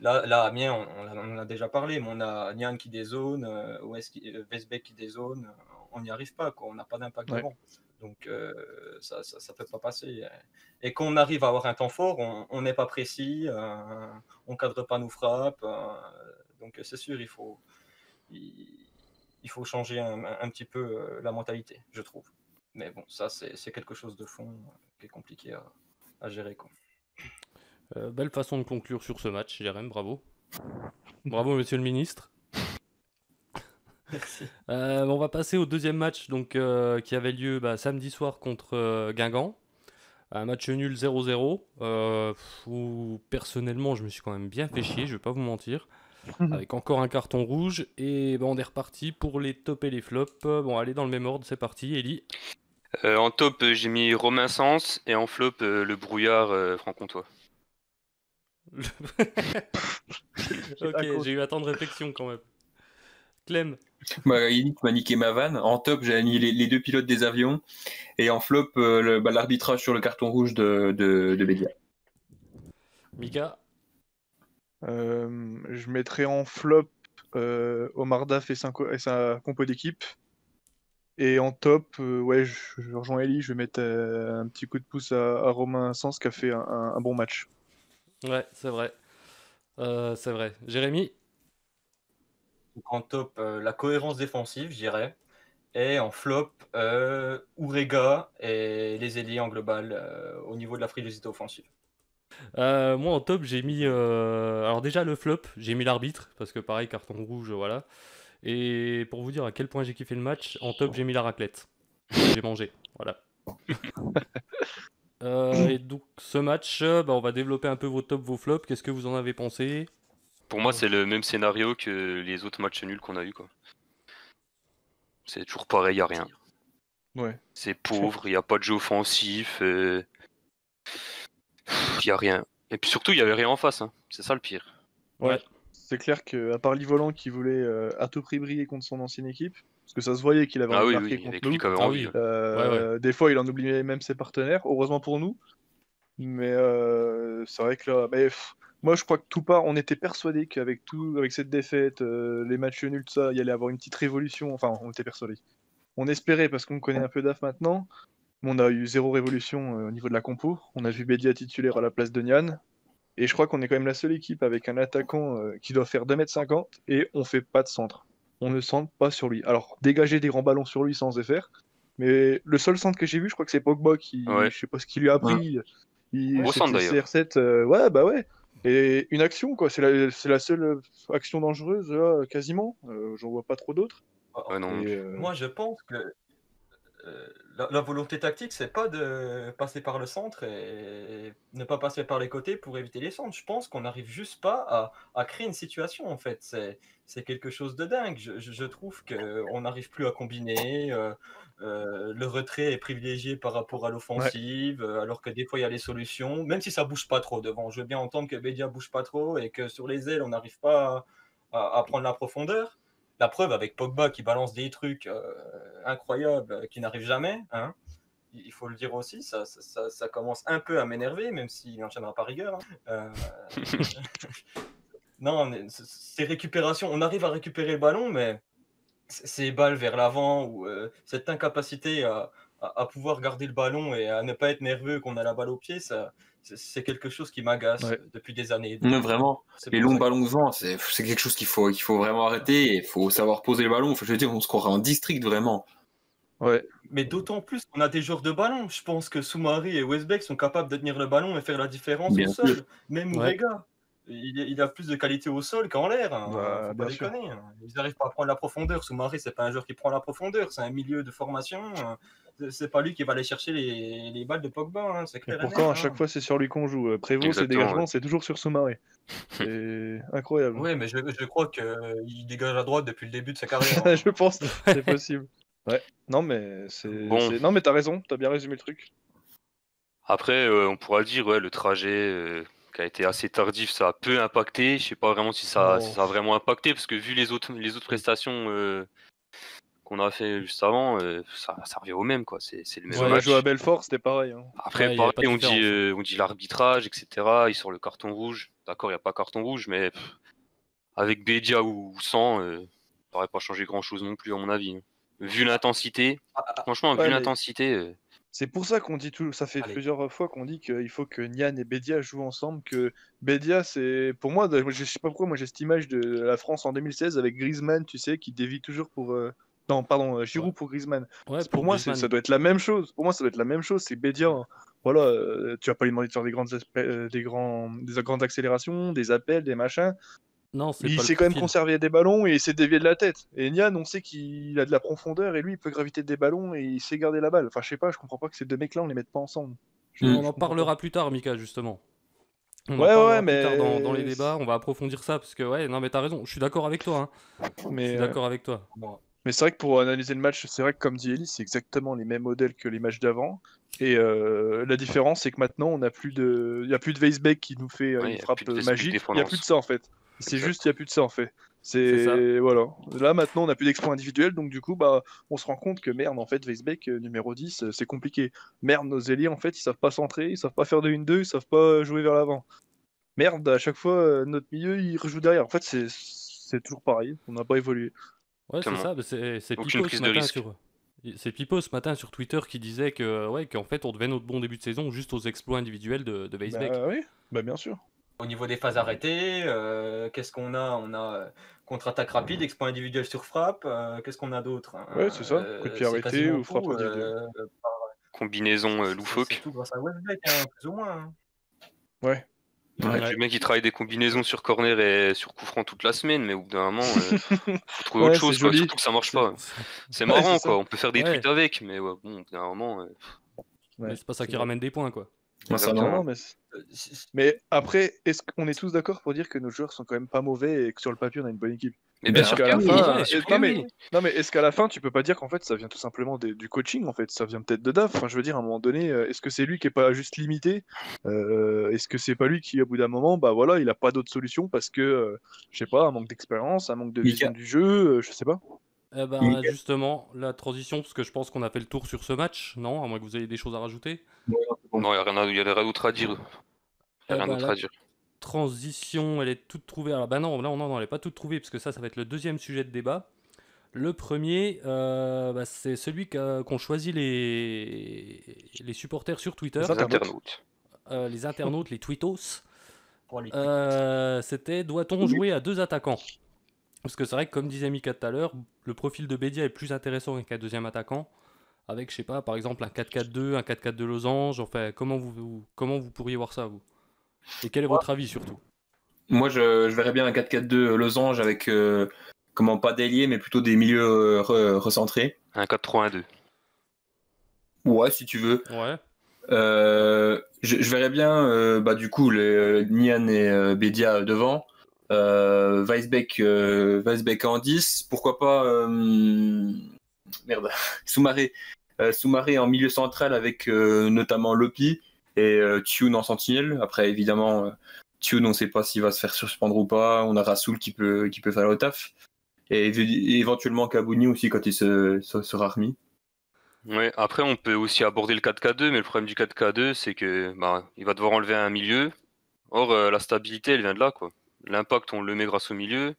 [SPEAKER 7] Là, là, à Amiens, on, on a- on en a déjà parlé, mais on a Nian qui dézone, euh, Ouest qui, euh, Westbeck qui dézone. euh, On n'y arrive pas, quoi. on n'a pas d'impact
[SPEAKER 9] Ouais.
[SPEAKER 7] devant. Donc euh, ça ça, ça peut pas passer. euh. Et quand on arrive à avoir un temps fort, on on n'est pas précis, euh, on cadre pas nos frappes. euh, donc euh, c'est sûr, il faut, il, il faut changer un, un petit peu euh, la mentalité, je trouve. Mais bon, ça, c'est c'est quelque chose de fond euh, qui est compliqué à, à gérer. Quoi.
[SPEAKER 5] Euh, belle façon de conclure sur ce match, Jérém, bravo. Bravo, monsieur le ministre.
[SPEAKER 7] Merci.
[SPEAKER 5] Euh, on va passer au deuxième match donc, euh, qui avait lieu bah, samedi soir contre euh, Guingamp. Un match nul 0-0, euh, pff, où personnellement je me suis quand même bien fait chier, je vais pas vous mentir. Avec encore un carton rouge, et bah, on est reparti pour les tops et les flops. Euh, Bon, allez, dans le même ordre, c'est parti, Ellie.
[SPEAKER 8] Euh, en top, euh, j'ai mis Romain Sens et en flop, euh, le brouillard euh, franc-comtois.
[SPEAKER 5] Ok,
[SPEAKER 9] raconte.
[SPEAKER 5] j'ai eu un temps de réflexion quand même. Clem,
[SPEAKER 6] Bah, Yannick m'a niqué ma vanne. En top, j'avais mis les, les deux pilotes des avions. Et en flop, euh, le- bah, l'arbitrage sur le carton rouge de, de, de Bédia.
[SPEAKER 5] Mika,
[SPEAKER 9] Euh, je mettrais en flop euh, Omar Daf et, sa co- et sa compo d'équipe. Et en top, euh, ouais, je, je rejoins Eli, je vais mettre euh, un petit coup de pouce à, à Romain Sens qui a fait un, un- un bon match.
[SPEAKER 5] ouais, c'est vrai. Euh, c'est vrai. Jérémy,
[SPEAKER 7] Donc, en top, euh, la cohérence défensive, je dirais. Et en flop, euh, Urega et les ailiers en global euh, au niveau de la frilosité offensive.
[SPEAKER 5] Euh, moi en top j'ai mis euh, alors déjà le flop j'ai mis l'arbitre parce que pareil carton rouge voilà et pour vous dire à quel point j'ai kiffé le match en top j'ai mis la raclette j'ai mangé voilà Euh, et donc ce match euh, bah, on va développer un peu vos tops vos flops qu'est-ce que vous en avez pensé
[SPEAKER 8] Pour moi, c'est le même scénario que les autres matchs nuls qu'on a eu. quoi. C'est toujours pareil, y a rien.
[SPEAKER 9] Ouais.
[SPEAKER 8] C'est pauvre, il n'y a pas de jeu offensif, il n'y a rien. Et puis surtout, il n'y avait rien en face, hein. c'est ça le pire.
[SPEAKER 5] Ouais.
[SPEAKER 9] C'est clair que à part Livolan qui voulait euh, à tout prix briller contre son ancienne équipe, parce que ça se voyait qu'il avait
[SPEAKER 8] Ah
[SPEAKER 9] envie
[SPEAKER 8] oui,
[SPEAKER 9] de
[SPEAKER 8] oui,
[SPEAKER 9] marquer
[SPEAKER 8] il y avait
[SPEAKER 9] contre
[SPEAKER 8] que lui
[SPEAKER 9] nous.
[SPEAKER 8] qui avait
[SPEAKER 5] Ah
[SPEAKER 8] envie.
[SPEAKER 5] oui.
[SPEAKER 9] Euh, Des fois, il en oubliait même ses partenaires, heureusement pour nous. Mais euh, c'est vrai que là, mais, pff, moi je crois que tout part, on était persuadé qu'avec tout, avec cette défaite, euh, les matchs nuls, tout ça, il y allait avoir une petite révolution. Enfin, on était persuadé. On espérait parce qu'on connaît un peu DAF maintenant, mais on a eu zéro révolution euh, au niveau de la compo. On a vu Bédia titulaire à la place de Nian. Et je crois qu'on est quand même la seule équipe avec un attaquant euh, qui doit faire 2m50 et on fait pas de centre. On ne centre pas sur lui. Alors, dégager des grands ballons sur lui sans faire mais le seul centre que j'ai vu, je crois que c'est Pogba qui,
[SPEAKER 8] Ouais.
[SPEAKER 9] je sais pas ce qu'il lui a appris. Il,
[SPEAKER 8] Gros
[SPEAKER 9] c'était
[SPEAKER 8] centre,
[SPEAKER 9] le
[SPEAKER 8] d'ailleurs.
[SPEAKER 9] CR7, euh, ouais, bah ouais. Et une action, quoi. C'est la, c'est la seule action Euh,
[SPEAKER 7] Oh,
[SPEAKER 9] dangereuse, là, quasiment. Euh, J'en vois pas trop d'autres.
[SPEAKER 8] Ouais, non.
[SPEAKER 9] Et, euh,
[SPEAKER 7] Moi, je pense que euh, la, la volonté tactique, c'est pas de passer par le centre et, ne pas passer par les côtés pour éviter les centres. Je pense qu'on n'arrive juste pas à, à créer une situation, en fait. C'est, c'est quelque chose de dingue. Je, je- je trouve qu'on n'arrive plus à combiner. euh, euh, le retrait est privilégié par rapport à l'offensive, euh, alors que des fois, il y a les solutions, même si ça bouge pas trop devant. Je veux bien entendre que Bédia bouge pas trop et que sur les ailes, on n'arrive pas à- à- à prendre la profondeur. La preuve avec Pogba qui balance des trucs euh, incroyables euh, qui n'arrivent jamais, hein. il il faut le dire aussi, ça, ça, ça- ça commence un peu à m'énerver, même s'il n'enchaînera pas rigueur. hein. Euh, non, mais c- ces récupérations, on arrive à récupérer le ballon, mais c- ces balles vers l'avant ou euh, cette incapacité à, à- à pouvoir garder le ballon et à ne pas être nerveux qu'on a la balle au pied, ça, c'est- c'est quelque chose qui m'agace
[SPEAKER 9] Ouais.
[SPEAKER 7] depuis des années.
[SPEAKER 6] Non, vraiment.
[SPEAKER 7] C'est
[SPEAKER 6] Les
[SPEAKER 7] pour
[SPEAKER 6] longs
[SPEAKER 7] ça que-
[SPEAKER 6] ballons de vent, c'est c'est quelque chose qu'il faut, qu'il faut vraiment arrêter. Il faut savoir poser le ballon. Enfin, je veux dire, on se croirait en district vraiment.
[SPEAKER 9] Ouais.
[SPEAKER 7] Mais d'autant plus qu'on a des joueurs de ballon. Je pense que Soumari et Westbeck sont capables de tenir le ballon et faire la différence
[SPEAKER 6] Bien
[SPEAKER 7] au
[SPEAKER 6] sûr.
[SPEAKER 7] sol. Même
[SPEAKER 5] Ouais.
[SPEAKER 7] Urega, il, il a plus de qualité au sol qu'en l'air. hein.
[SPEAKER 9] Bah,
[SPEAKER 7] Faut pas
[SPEAKER 9] bien sûr.
[SPEAKER 7] déconner, hein. Ils n'arrivent pas à prendre la profondeur. Soumari, c'est pas un joueur qui prend la profondeur. C'est un milieu de formation. hein. C'est- C'est pas lui qui va aller chercher les, les balles de Pogba. hein. C'est
[SPEAKER 9] Et
[SPEAKER 7] clair. et
[SPEAKER 9] pourtant,
[SPEAKER 7] net,
[SPEAKER 9] à chaque
[SPEAKER 7] hein.
[SPEAKER 9] fois, c'est sur lui qu'on joue. Euh, Prévost, ses
[SPEAKER 8] Exactement,
[SPEAKER 9] dégagements,
[SPEAKER 8] ouais.
[SPEAKER 9] c'est toujours sur Soumaré. C'est incroyable.
[SPEAKER 7] Oui, mais je, je crois qu'il dégage à droite depuis le début de sa carrière. hein.
[SPEAKER 9] je pense, c'est possible. Ouais. Non, mais c'est.
[SPEAKER 8] Bon.
[SPEAKER 9] c'est- Non, mais t'as raison, t'as bien résumé le truc.
[SPEAKER 8] Après, euh, on pourra dire, ouais, le trajet euh, qui a été assez tardif, ça a peu impacté. Je sais pas vraiment si ça,
[SPEAKER 9] Non.
[SPEAKER 8] si ça a vraiment impacté, parce que vu les autres, les autres prestations euh, qu'on a fait juste avant, euh, ça, ça revient au même, quoi. C'est c'est le même
[SPEAKER 9] Si on a
[SPEAKER 8] match.
[SPEAKER 9] joué à Belfort, c'était pareil. hein.
[SPEAKER 8] Après,
[SPEAKER 5] Ouais, y a
[SPEAKER 8] pareil,
[SPEAKER 5] pas de
[SPEAKER 8] on dit,
[SPEAKER 5] différence.
[SPEAKER 8] euh, on dit l'arbitrage, etc. Il sort le carton rouge. D'accord, il n'y a pas carton rouge, mais pff, avec Bedia ou, ou sans, euh, ça n'aurait pas changé grand-chose non plus, à mon avis. hein. Vu l'intensité,
[SPEAKER 5] Ah,
[SPEAKER 8] franchement,
[SPEAKER 9] Ouais,
[SPEAKER 8] vu
[SPEAKER 9] mais-
[SPEAKER 8] l'intensité, euh,
[SPEAKER 9] C'est pour ça qu'on dit tout. Ça fait
[SPEAKER 7] Allez.
[SPEAKER 9] plusieurs fois qu'on dit qu'il faut que Nian et Bedia jouent ensemble. Que Bedia, c'est pour moi, je sais pas pourquoi, moi j'ai cette image de la France en 2016 avec Griezmann, tu sais, qui dévie toujours pour. euh, Non, pardon, euh, Giroud pour Griezmann.
[SPEAKER 5] Ouais,
[SPEAKER 9] pour moi, c'est-
[SPEAKER 5] Griezmann.
[SPEAKER 9] ça doit être la même chose. Pour moi, ça doit être la même chose. C'est Bédia. hein. Voilà, euh, tu vas pas lui demander de faire des grandes, aspe- euh, des grands, des grandes accélérations, des appels, des machins.
[SPEAKER 5] Non, c'est
[SPEAKER 9] Il
[SPEAKER 5] pas le
[SPEAKER 9] sait quand même
[SPEAKER 5] profil.
[SPEAKER 9] conserver des ballons et il sait dévier de la tête. Et Nian, on sait qu'il a de la profondeur et lui, il peut graviter des ballons et il sait garder la balle. Enfin, je sais pas, je comprends pas que ces deux mecs-là, on les mette pas ensemble. Je-
[SPEAKER 6] Mm.
[SPEAKER 5] On
[SPEAKER 9] je
[SPEAKER 5] en
[SPEAKER 9] comprends pas.
[SPEAKER 5] parlera plus tard, Mika, justement. On en
[SPEAKER 9] Ouais, ouais,
[SPEAKER 5] parlera
[SPEAKER 9] mais-
[SPEAKER 5] plus tard dans, dans les débats, on va approfondir ça parce que ouais, non mais t'as raison, je suis d'accord avec toi. hein. Je
[SPEAKER 9] Mais,
[SPEAKER 5] suis
[SPEAKER 9] euh,
[SPEAKER 5] d'accord avec toi.
[SPEAKER 9] Mais c'est vrai que pour analyser le match, c'est vrai que comme dit Ellie, c'est exactement les mêmes modèles que les matchs d'avant. Et euh, la différence, c'est que maintenant, on n'a plus de, il y a plus de Weisbeck qui nous fait euh,
[SPEAKER 8] Ouais, y a
[SPEAKER 9] une
[SPEAKER 8] plus
[SPEAKER 9] frappe
[SPEAKER 8] de
[SPEAKER 9] euh,
[SPEAKER 8] Weisbeck
[SPEAKER 9] magique. Il y a
[SPEAKER 8] défendance.
[SPEAKER 9] plus de ça en fait. C'est
[SPEAKER 8] Exact.
[SPEAKER 9] juste, il y a plus de ça en fait.
[SPEAKER 5] C'est ça.
[SPEAKER 9] C'est voilà. Là maintenant, on n'a plus d'exploits individuels, donc du coup, bah, on se rend compte que merde, en fait, Weisbeck euh, numéro 10, euh, c'est compliqué. Merde, nos ailiers, en fait, ils savent pas centrer, ils savent pas faire de 1-2, ils savent pas euh, jouer vers l'avant. Merde, à chaque fois, euh, notre milieu, il rejoue derrière. En fait, c'est c'est toujours pareil. On n'a pas évolué.
[SPEAKER 5] Ouais, c'est
[SPEAKER 8] Exactement.
[SPEAKER 5] ça. bah, C'est c'est
[SPEAKER 8] Aucune
[SPEAKER 5] Pipo ce
[SPEAKER 8] prise de
[SPEAKER 5] matin
[SPEAKER 8] risque.
[SPEAKER 5] sur. C'est Pipo ce matin sur Twitter qui disait que ouais qu'en fait on devait notre bon début de saison juste aux exploits individuels de, de Weisbeck.
[SPEAKER 9] Bah oui, bah bien sûr.
[SPEAKER 7] Au niveau des phases arrêtées, euh, qu'est-ce qu'on a On a euh, contre-attaque rapide, exploit individuel sur frappe. euh, qu'est-ce qu'on a d'autre hein
[SPEAKER 9] Ouais, c'est ça,
[SPEAKER 7] Euh,
[SPEAKER 9] coup de pied
[SPEAKER 7] c'est
[SPEAKER 9] arrêté
[SPEAKER 7] quasiment
[SPEAKER 9] ou frappe
[SPEAKER 7] tout,
[SPEAKER 9] individuelle.
[SPEAKER 7] euh,
[SPEAKER 8] combinaison euh,
[SPEAKER 7] c'est- C'est
[SPEAKER 8] loufoque.
[SPEAKER 7] tout grâce à Westbeck, hein, plus ou moins. hein.
[SPEAKER 9] Bah,
[SPEAKER 8] Ouais,
[SPEAKER 5] Ouais.
[SPEAKER 8] Le mec, il travaille des combinaisons sur corner et sur coup franc toute la semaine, mais au bout d'un moment, euh, faut trouver
[SPEAKER 9] Ouais,
[SPEAKER 8] autre chose,
[SPEAKER 9] c'est
[SPEAKER 8] quoi,
[SPEAKER 9] joli.
[SPEAKER 8] surtout que ça marche pas. C'est
[SPEAKER 9] Ouais,
[SPEAKER 8] marrant,
[SPEAKER 9] c'est ça.
[SPEAKER 8] quoi. On peut faire des
[SPEAKER 5] Ouais.
[SPEAKER 8] trucs avec, mais ouais, bon, au bout d'un moment. euh,
[SPEAKER 5] Mais
[SPEAKER 9] Ouais,
[SPEAKER 5] c'est pas ça
[SPEAKER 9] c'est
[SPEAKER 5] qui
[SPEAKER 9] vrai.
[SPEAKER 5] ramène des points quoi.
[SPEAKER 6] Ouais, c'est
[SPEAKER 9] Non,
[SPEAKER 8] Exactement.
[SPEAKER 6] normal.
[SPEAKER 9] non, mais, c'est-
[SPEAKER 7] Euh, si- si-
[SPEAKER 9] mais après, est-ce qu'on est tous d'accord pour dire que nos joueurs sont quand même pas mauvais et que sur le papier on a une bonne équipe
[SPEAKER 8] Mais
[SPEAKER 9] Mais
[SPEAKER 8] bien sûr
[SPEAKER 9] qu'à
[SPEAKER 8] que
[SPEAKER 9] la
[SPEAKER 8] oui,
[SPEAKER 9] fin,
[SPEAKER 5] hein.
[SPEAKER 8] bien
[SPEAKER 9] euh,
[SPEAKER 8] sûr
[SPEAKER 9] non,
[SPEAKER 8] que
[SPEAKER 9] mais-
[SPEAKER 8] Eh oui.
[SPEAKER 9] Non, mais est-ce qu'à la fin tu peux pas dire qu'en fait ça vient tout simplement des- du coaching en fait Ça vient peut-être de DAF. Enfin, je veux dire, à un moment donné, euh, est-ce que c'est lui qui est pas juste limité Euh, Est-ce que c'est pas lui qui, au bout d'un moment, bah voilà, il a pas d'autre solution parce que, euh, je sais pas, un manque d'expérience, un manque de
[SPEAKER 6] Mika.
[SPEAKER 9] vision du jeu, euh, je sais pas.
[SPEAKER 5] Eh ben,
[SPEAKER 6] Nickel.
[SPEAKER 5] justement la transition parce que je pense qu'on a fait le tour sur ce match, non À moins que vous ayez des choses à rajouter.
[SPEAKER 8] Non, il n'y a rien à- y a rien d'autre à dire. Il
[SPEAKER 5] Eh
[SPEAKER 8] a rien
[SPEAKER 5] ben,
[SPEAKER 8] d'autre
[SPEAKER 5] là-
[SPEAKER 8] à dire.
[SPEAKER 5] transition, elle est toute trouvée. Alors, bah non, là, on n'en elle est pas toute trouvée, parce que ça, ça va être le deuxième sujet de débat. Le premier, euh, bah, c'est celui qu'a- qu'ont choisi les... les supporters sur Twitter,
[SPEAKER 9] Les
[SPEAKER 8] Les
[SPEAKER 9] internautes.
[SPEAKER 8] internautes.
[SPEAKER 5] euh, les internautes, les tweetos.
[SPEAKER 7] pour les-
[SPEAKER 5] Euh, C'était doit-on jouer à deux attaquants Parce que c'est vrai que, comme disait Mika tout à l'heure, le profil de Bédia est plus intéressant qu'un deuxième attaquant. Avec, je sais pas, par exemple, un 4-4-2, un 4-4 de losange. Enfin, comment vous, vous- comment vous pourriez voir ça, vous Et quel est votre avis, surtout
[SPEAKER 6] Moi, je, je verrais bien un 4-4-2 losange avec, euh, comment, pas d'ailier, mais plutôt des milieux euh, re- recentrés.
[SPEAKER 8] Un 4-3-1-2.
[SPEAKER 6] Ouais, si tu veux.
[SPEAKER 5] Ouais.
[SPEAKER 6] Euh, je, je verrais bien, euh, bah, du coup, les, euh, Nian et euh, Bedia devant. Euh, Weisbeck, euh, Weisbeck en 10. Pourquoi pas. euh, merde. Soumaré. Euh, Soumaré en milieu central avec euh, notamment Lopi et euh, Thune en sentinelle. Après, évidemment, euh, Thune, on ne sait pas s'il va se faire suspendre ou pas. On a Rasoul qui peut, qui peut faire le taf. Et évi- éventuellement Kabouni aussi quand il se, se- sera remis.
[SPEAKER 8] Ouais, après, on peut aussi aborder le 4K2, mais le problème du 4K2, c'est que bah, il va devoir enlever un milieu. Or, euh, la stabilité, elle vient de là, quoi. L'impact, on le met grâce au milieu,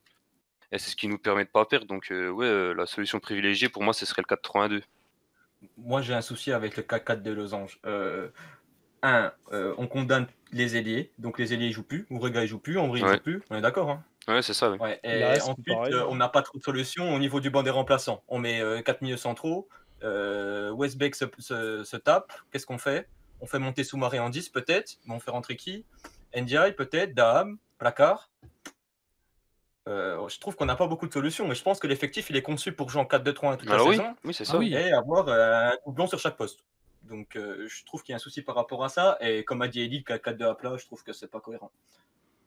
[SPEAKER 8] et c'est ce qui nous permet de pas perdre. Donc, euh, ouais, euh, la solution privilégiée pour moi, ce serait le 4-3-1-2.
[SPEAKER 7] Moi, j'ai un souci avec le 4-4 de losange. Euh, un, euh, on condamne les ailiers, donc les ailiers ils jouent plus, Ourega il joue plus, Henri il
[SPEAKER 8] Ouais.
[SPEAKER 7] joue plus, on est d'accord. hein
[SPEAKER 8] Ouais, c'est ça. ouais.
[SPEAKER 7] Ouais,
[SPEAKER 1] Il
[SPEAKER 7] et
[SPEAKER 1] reste, c'est
[SPEAKER 7] ensuite,
[SPEAKER 1] pareil.
[SPEAKER 7] euh, on n'a pas trop de solutions au niveau du banc des remplaçants. On met 4 milieux centraux, euh, Westbeck se, se- se tape, qu'est-ce qu'on fait On fait monter Soumaré en 10 peut-être, mais on fait rentrer qui Ndiaye peut-être, Daham, Placard Euh, je trouve qu'on n'a pas beaucoup de solutions, mais je pense que l'effectif il est conçu pour jouer en 4-2-3-1 toute la
[SPEAKER 8] Alors, Bah oui,
[SPEAKER 7] saison
[SPEAKER 8] oui c'est
[SPEAKER 5] Ah
[SPEAKER 8] ça.
[SPEAKER 5] oui.
[SPEAKER 7] et avoir euh, un doublon sur chaque poste. Donc euh, je trouve qu'il y a un souci par rapport à ça. Et comme a dit Elie, le 4-4-2 à plat, je trouve que c'est pas cohérent.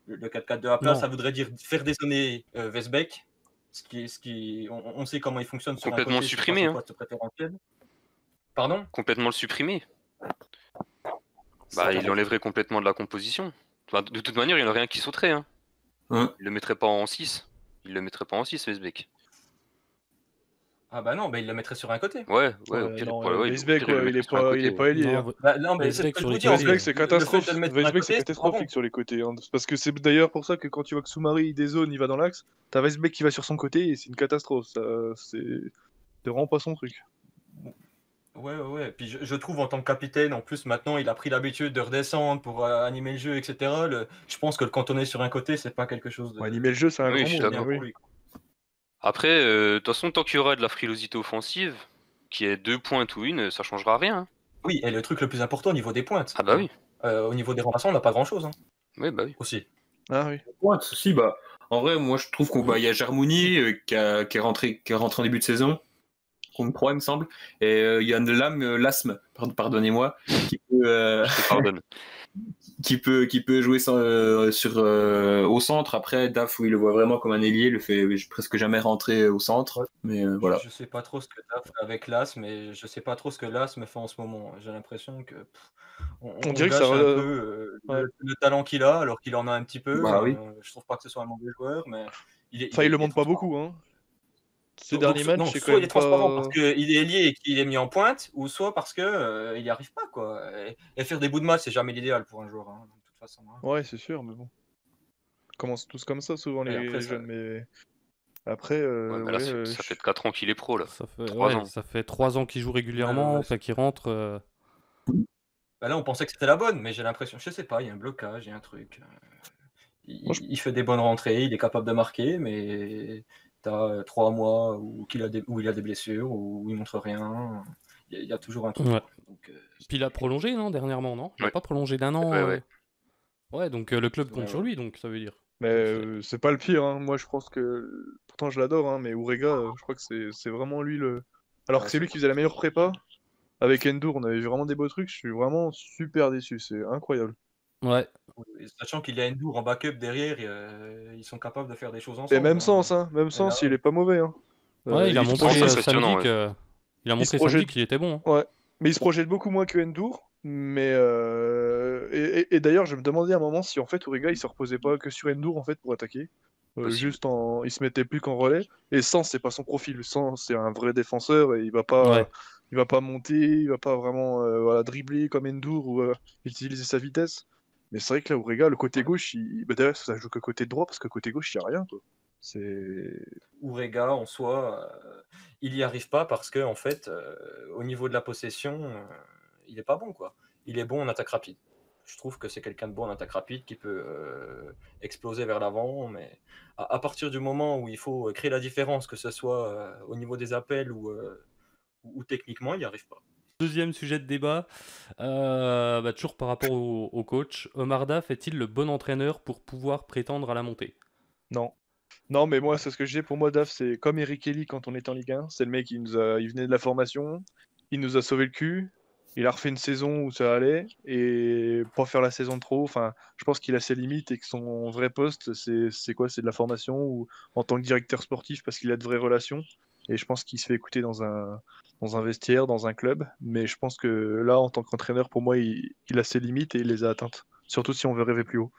[SPEAKER 7] Le, le 4-4-2 à plat,
[SPEAKER 5] Non.
[SPEAKER 7] ça voudrait dire faire désonner euh, Vesbeck, ce qui, ce qui, on, on sait comment il fonctionne. Sur un
[SPEAKER 8] Complètement
[SPEAKER 7] côté, sur
[SPEAKER 8] supprimé,
[SPEAKER 7] son
[SPEAKER 8] hein.
[SPEAKER 7] poste préférentiel. Pardon
[SPEAKER 8] Complètement le supprimer. Bah, il l'enlèverait complètement de la composition. Enfin, de toute manière, il n'y en aurait rien qui sauterait. Hein.
[SPEAKER 6] Ouais.
[SPEAKER 8] Il le mettrait pas en 6. Il le mettrait pas en 6, Westbeck.
[SPEAKER 7] Ah bah non, bah il le mettrait sur un côté.
[SPEAKER 8] Ouais, ouais,
[SPEAKER 1] Ouais,
[SPEAKER 8] au pire,
[SPEAKER 1] non,
[SPEAKER 8] ouais, ouais,
[SPEAKER 9] Weisbeck,
[SPEAKER 8] au pire, il le mettrait
[SPEAKER 9] ouais, euh, il est
[SPEAKER 8] sur un
[SPEAKER 9] pas,
[SPEAKER 8] côté,
[SPEAKER 9] il est
[SPEAKER 8] ouais.
[SPEAKER 9] pas ailier.
[SPEAKER 5] Non,
[SPEAKER 9] hein.
[SPEAKER 5] v-
[SPEAKER 7] Bah, non, mais
[SPEAKER 5] Westbeck
[SPEAKER 7] c'est ce que je vous
[SPEAKER 5] sur les
[SPEAKER 7] dis, en
[SPEAKER 5] côtés.
[SPEAKER 7] fait.
[SPEAKER 9] Weisbeck,
[SPEAKER 7] Le fait
[SPEAKER 9] c'est
[SPEAKER 7] de le
[SPEAKER 9] catastrophique.
[SPEAKER 7] mettre d'un
[SPEAKER 9] Weisbeck, c'est
[SPEAKER 7] côté, c'est pas bon.
[SPEAKER 9] catastrophique sur les côtés. hein. C'est Parce que c'est d'ailleurs pour ça que quand tu vois que Soumari il dézone, il va dans l'axe, t'as Weisbeck qui va sur son côté et c'est une catastrophe. Ça, c'est c'est vraiment pas son truc.
[SPEAKER 7] Ouais, ouais, ouais. Puis je, je trouve en tant que capitaine, en plus maintenant, il a pris l'habitude de redescendre pour euh, animer le jeu, etc. Le- je pense que le cantonner sur un côté, c'est pas quelque chose de.
[SPEAKER 9] Ouais, animer le jeu, c'est un
[SPEAKER 8] Oui,
[SPEAKER 9] grand
[SPEAKER 8] je suis
[SPEAKER 9] mot, hein. mais
[SPEAKER 8] d'accord.
[SPEAKER 9] oui.
[SPEAKER 7] lui, quoi.
[SPEAKER 8] Après, euh, de toute façon, tant qu'il y aura de la frilosité offensive, qui est deux pointes ou une, euh, ça changera rien. hein.
[SPEAKER 7] Oui, et le truc le plus important au niveau des pointes.
[SPEAKER 8] Ah bah oui,
[SPEAKER 7] Euh, au niveau des remplaçants, on n'a pas grand chose
[SPEAKER 8] oui bah oui.
[SPEAKER 7] aussi.
[SPEAKER 9] Ah oui.
[SPEAKER 6] Ouais, si, bah, en vrai, moi je trouve qu'on bah, il y a Germouni euh, qui, a- qui est rentré, qui est rentré en début de saison, contre 3, il me semble, et euh, il y a Lam, euh, Lasme, pardon- pardonnez-moi, qui, peut, euh,
[SPEAKER 8] Je te pardonne.
[SPEAKER 6] qui, peut, qui peut jouer sans- euh, sur, euh, au centre. Après, Daf, oui, il le voit vraiment comme un ailier, il le fait presque jamais rentrer au centre, mais euh, voilà.
[SPEAKER 7] Je sais pas trop ce que t'as fait avec l'AS, mais je sais pas trop ce que l'AS me fait en ce moment. J'ai l'impression que pff,
[SPEAKER 9] On dirait que ça
[SPEAKER 7] gâche un
[SPEAKER 9] re-
[SPEAKER 7] peu euh,
[SPEAKER 9] Ouais.
[SPEAKER 7] le, le talent qu'il a, alors qu'il en a un petit peu.
[SPEAKER 6] Bah oui.
[SPEAKER 7] Euh, je trouve pas que ce soit un mauvais joueur, mais il est.
[SPEAKER 9] Enfin,
[SPEAKER 7] est-
[SPEAKER 9] il le
[SPEAKER 7] est
[SPEAKER 9] montre pas
[SPEAKER 7] transparent.
[SPEAKER 9] beaucoup. Hein. Ces
[SPEAKER 7] Donc,
[SPEAKER 9] derniers
[SPEAKER 7] soit-
[SPEAKER 9] matchs,
[SPEAKER 7] non,
[SPEAKER 9] c'est
[SPEAKER 7] soit
[SPEAKER 9] quand
[SPEAKER 7] il est
[SPEAKER 9] même
[SPEAKER 7] transparent
[SPEAKER 9] pas.
[SPEAKER 7] parce qu'il est lié et qu'il est mis en pointe, ou soit parce que euh, il n'y arrive pas quoi. Et, et faire des bouts de match, c'est jamais l'idéal pour un joueur. hein, de toute façon. hein.
[SPEAKER 9] Ouais, c'est sûr, mais bon. Ils commencent tous comme ça souvent
[SPEAKER 7] Et
[SPEAKER 9] les,
[SPEAKER 7] après,
[SPEAKER 9] les
[SPEAKER 7] ça- bah
[SPEAKER 9] jeunes, mais après. euh,
[SPEAKER 8] Ouais, mais là,
[SPEAKER 9] ouais,
[SPEAKER 8] ça-
[SPEAKER 9] euh,
[SPEAKER 8] ça
[SPEAKER 9] je-
[SPEAKER 8] fait 4 ans qu'il est pro là.
[SPEAKER 5] Ça fait,
[SPEAKER 8] Trois
[SPEAKER 5] ouais,
[SPEAKER 8] ans.
[SPEAKER 5] ça fait trois ans qu'il joue régulièrement,
[SPEAKER 7] Ouais, ouais,
[SPEAKER 5] ça qui rentre. euh,
[SPEAKER 7] Bah là, on pensait que c'était la bonne, mais j'ai l'impression, je sais pas, il y a un blocage, il y a un truc. euh, Il,
[SPEAKER 9] Moi, je-
[SPEAKER 7] il fait des bonnes rentrées, il est capable de marquer, mais t'as euh, trois mois où, qu'il a des, où il a des blessures, où il montre rien. Il y, a- il y a toujours un truc.
[SPEAKER 5] Ouais.
[SPEAKER 7] Donc, euh,
[SPEAKER 5] Puis il a prolongé, non, dernièrement, non Il n'a
[SPEAKER 8] Ouais.
[SPEAKER 5] pas prolongé d'un an.
[SPEAKER 8] Ouais,
[SPEAKER 5] euh.
[SPEAKER 8] ouais.
[SPEAKER 5] Ouais, donc euh, le club compte
[SPEAKER 7] Ouais,
[SPEAKER 5] sur
[SPEAKER 7] ouais.
[SPEAKER 5] lui, donc ça veut dire.
[SPEAKER 9] Mais euh, c'est pas le pire, hein. moi je pense que. Pourtant je l'adore, hein, mais Urega, euh, je crois que c'est c'est vraiment lui le. Alors
[SPEAKER 7] Ouais,
[SPEAKER 9] que c'est lui qui faisait la meilleure prépa. Avec Endur, on avait vraiment des beaux trucs, je suis vraiment super déçu, c'est incroyable.
[SPEAKER 5] Ouais,
[SPEAKER 7] et sachant qu'il y a Endur en backup derrière, et, euh, ils sont capables de faire des choses ensemble.
[SPEAKER 9] Et même
[SPEAKER 7] hein.
[SPEAKER 9] sens, hein, même sens,
[SPEAKER 7] là,
[SPEAKER 9] il est pas mauvais. Hein.
[SPEAKER 5] ouais
[SPEAKER 9] Euh,
[SPEAKER 5] il a
[SPEAKER 9] se
[SPEAKER 5] montré
[SPEAKER 8] trouve ça
[SPEAKER 5] euh,
[SPEAKER 9] projette-
[SPEAKER 5] samedi
[SPEAKER 8] impressionnant, ouais.
[SPEAKER 5] que- il a
[SPEAKER 9] Il
[SPEAKER 5] montré
[SPEAKER 9] se projette-
[SPEAKER 5] samedi qu'il était bon. hein.
[SPEAKER 9] Mais il se projette beaucoup moins que Endur. Mais euh, et, et- et d'ailleurs, je me demandais à un moment si en fait Uriga il se reposait pas que sur Endur en fait pour attaquer. Euh,
[SPEAKER 8] Possible.
[SPEAKER 9] juste en, il se mettait plus qu'en relais. Et Sans c'est pas son profil. Sans c'est un vrai défenseur et il va pas,
[SPEAKER 5] Ouais.
[SPEAKER 9] il va pas monter, il va pas vraiment euh, voilà, dribbler comme Endur ou euh, utiliser sa vitesse. Mais c'est vrai que là Uriga, le côté gauche, il, bah, d'ailleurs ça joue que côté droit parce que côté gauche il y a rien quoi. C'est
[SPEAKER 7] Ourega en soi, euh, il n'y arrive pas parce que en fait, euh, au niveau de la possession, euh, il n'est pas bon quoi. Il est bon en attaque rapide. Je trouve que c'est quelqu'un de bon en attaque rapide qui peut euh, exploser vers l'avant, mais à, à partir du moment où il faut créer la différence, que ce soit euh, au niveau des appels ou, euh, ou- ou techniquement, il n'y arrive pas.
[SPEAKER 5] Deuxième sujet de débat, euh, bah, toujours par rapport au, au coach. Omarda fait-il le bon entraîneur pour pouvoir prétendre à la montée
[SPEAKER 9] Non. Non, mais moi, c'est ce que j'ai pour moi, Daf, c'est comme Eric Kelly quand on était en Ligue 1. C'est le mec, il, nous a... il venait de la formation, il nous a sauvé le cul, Il a refait une saison où ça allait et pas faire la saison de trop. Enfin, je pense qu'il a ses limites et que son vrai poste, c'est c'est quoi C'est de la formation ou en tant que directeur sportif parce qu'il a de vraies relations. Et je pense qu'il se fait écouter dans un, dans un vestiaire, dans un club. Mais je pense que là, en tant qu'entraîneur, pour moi, il, il a ses limites et il les a atteintes. Surtout si on veut rêver plus haut.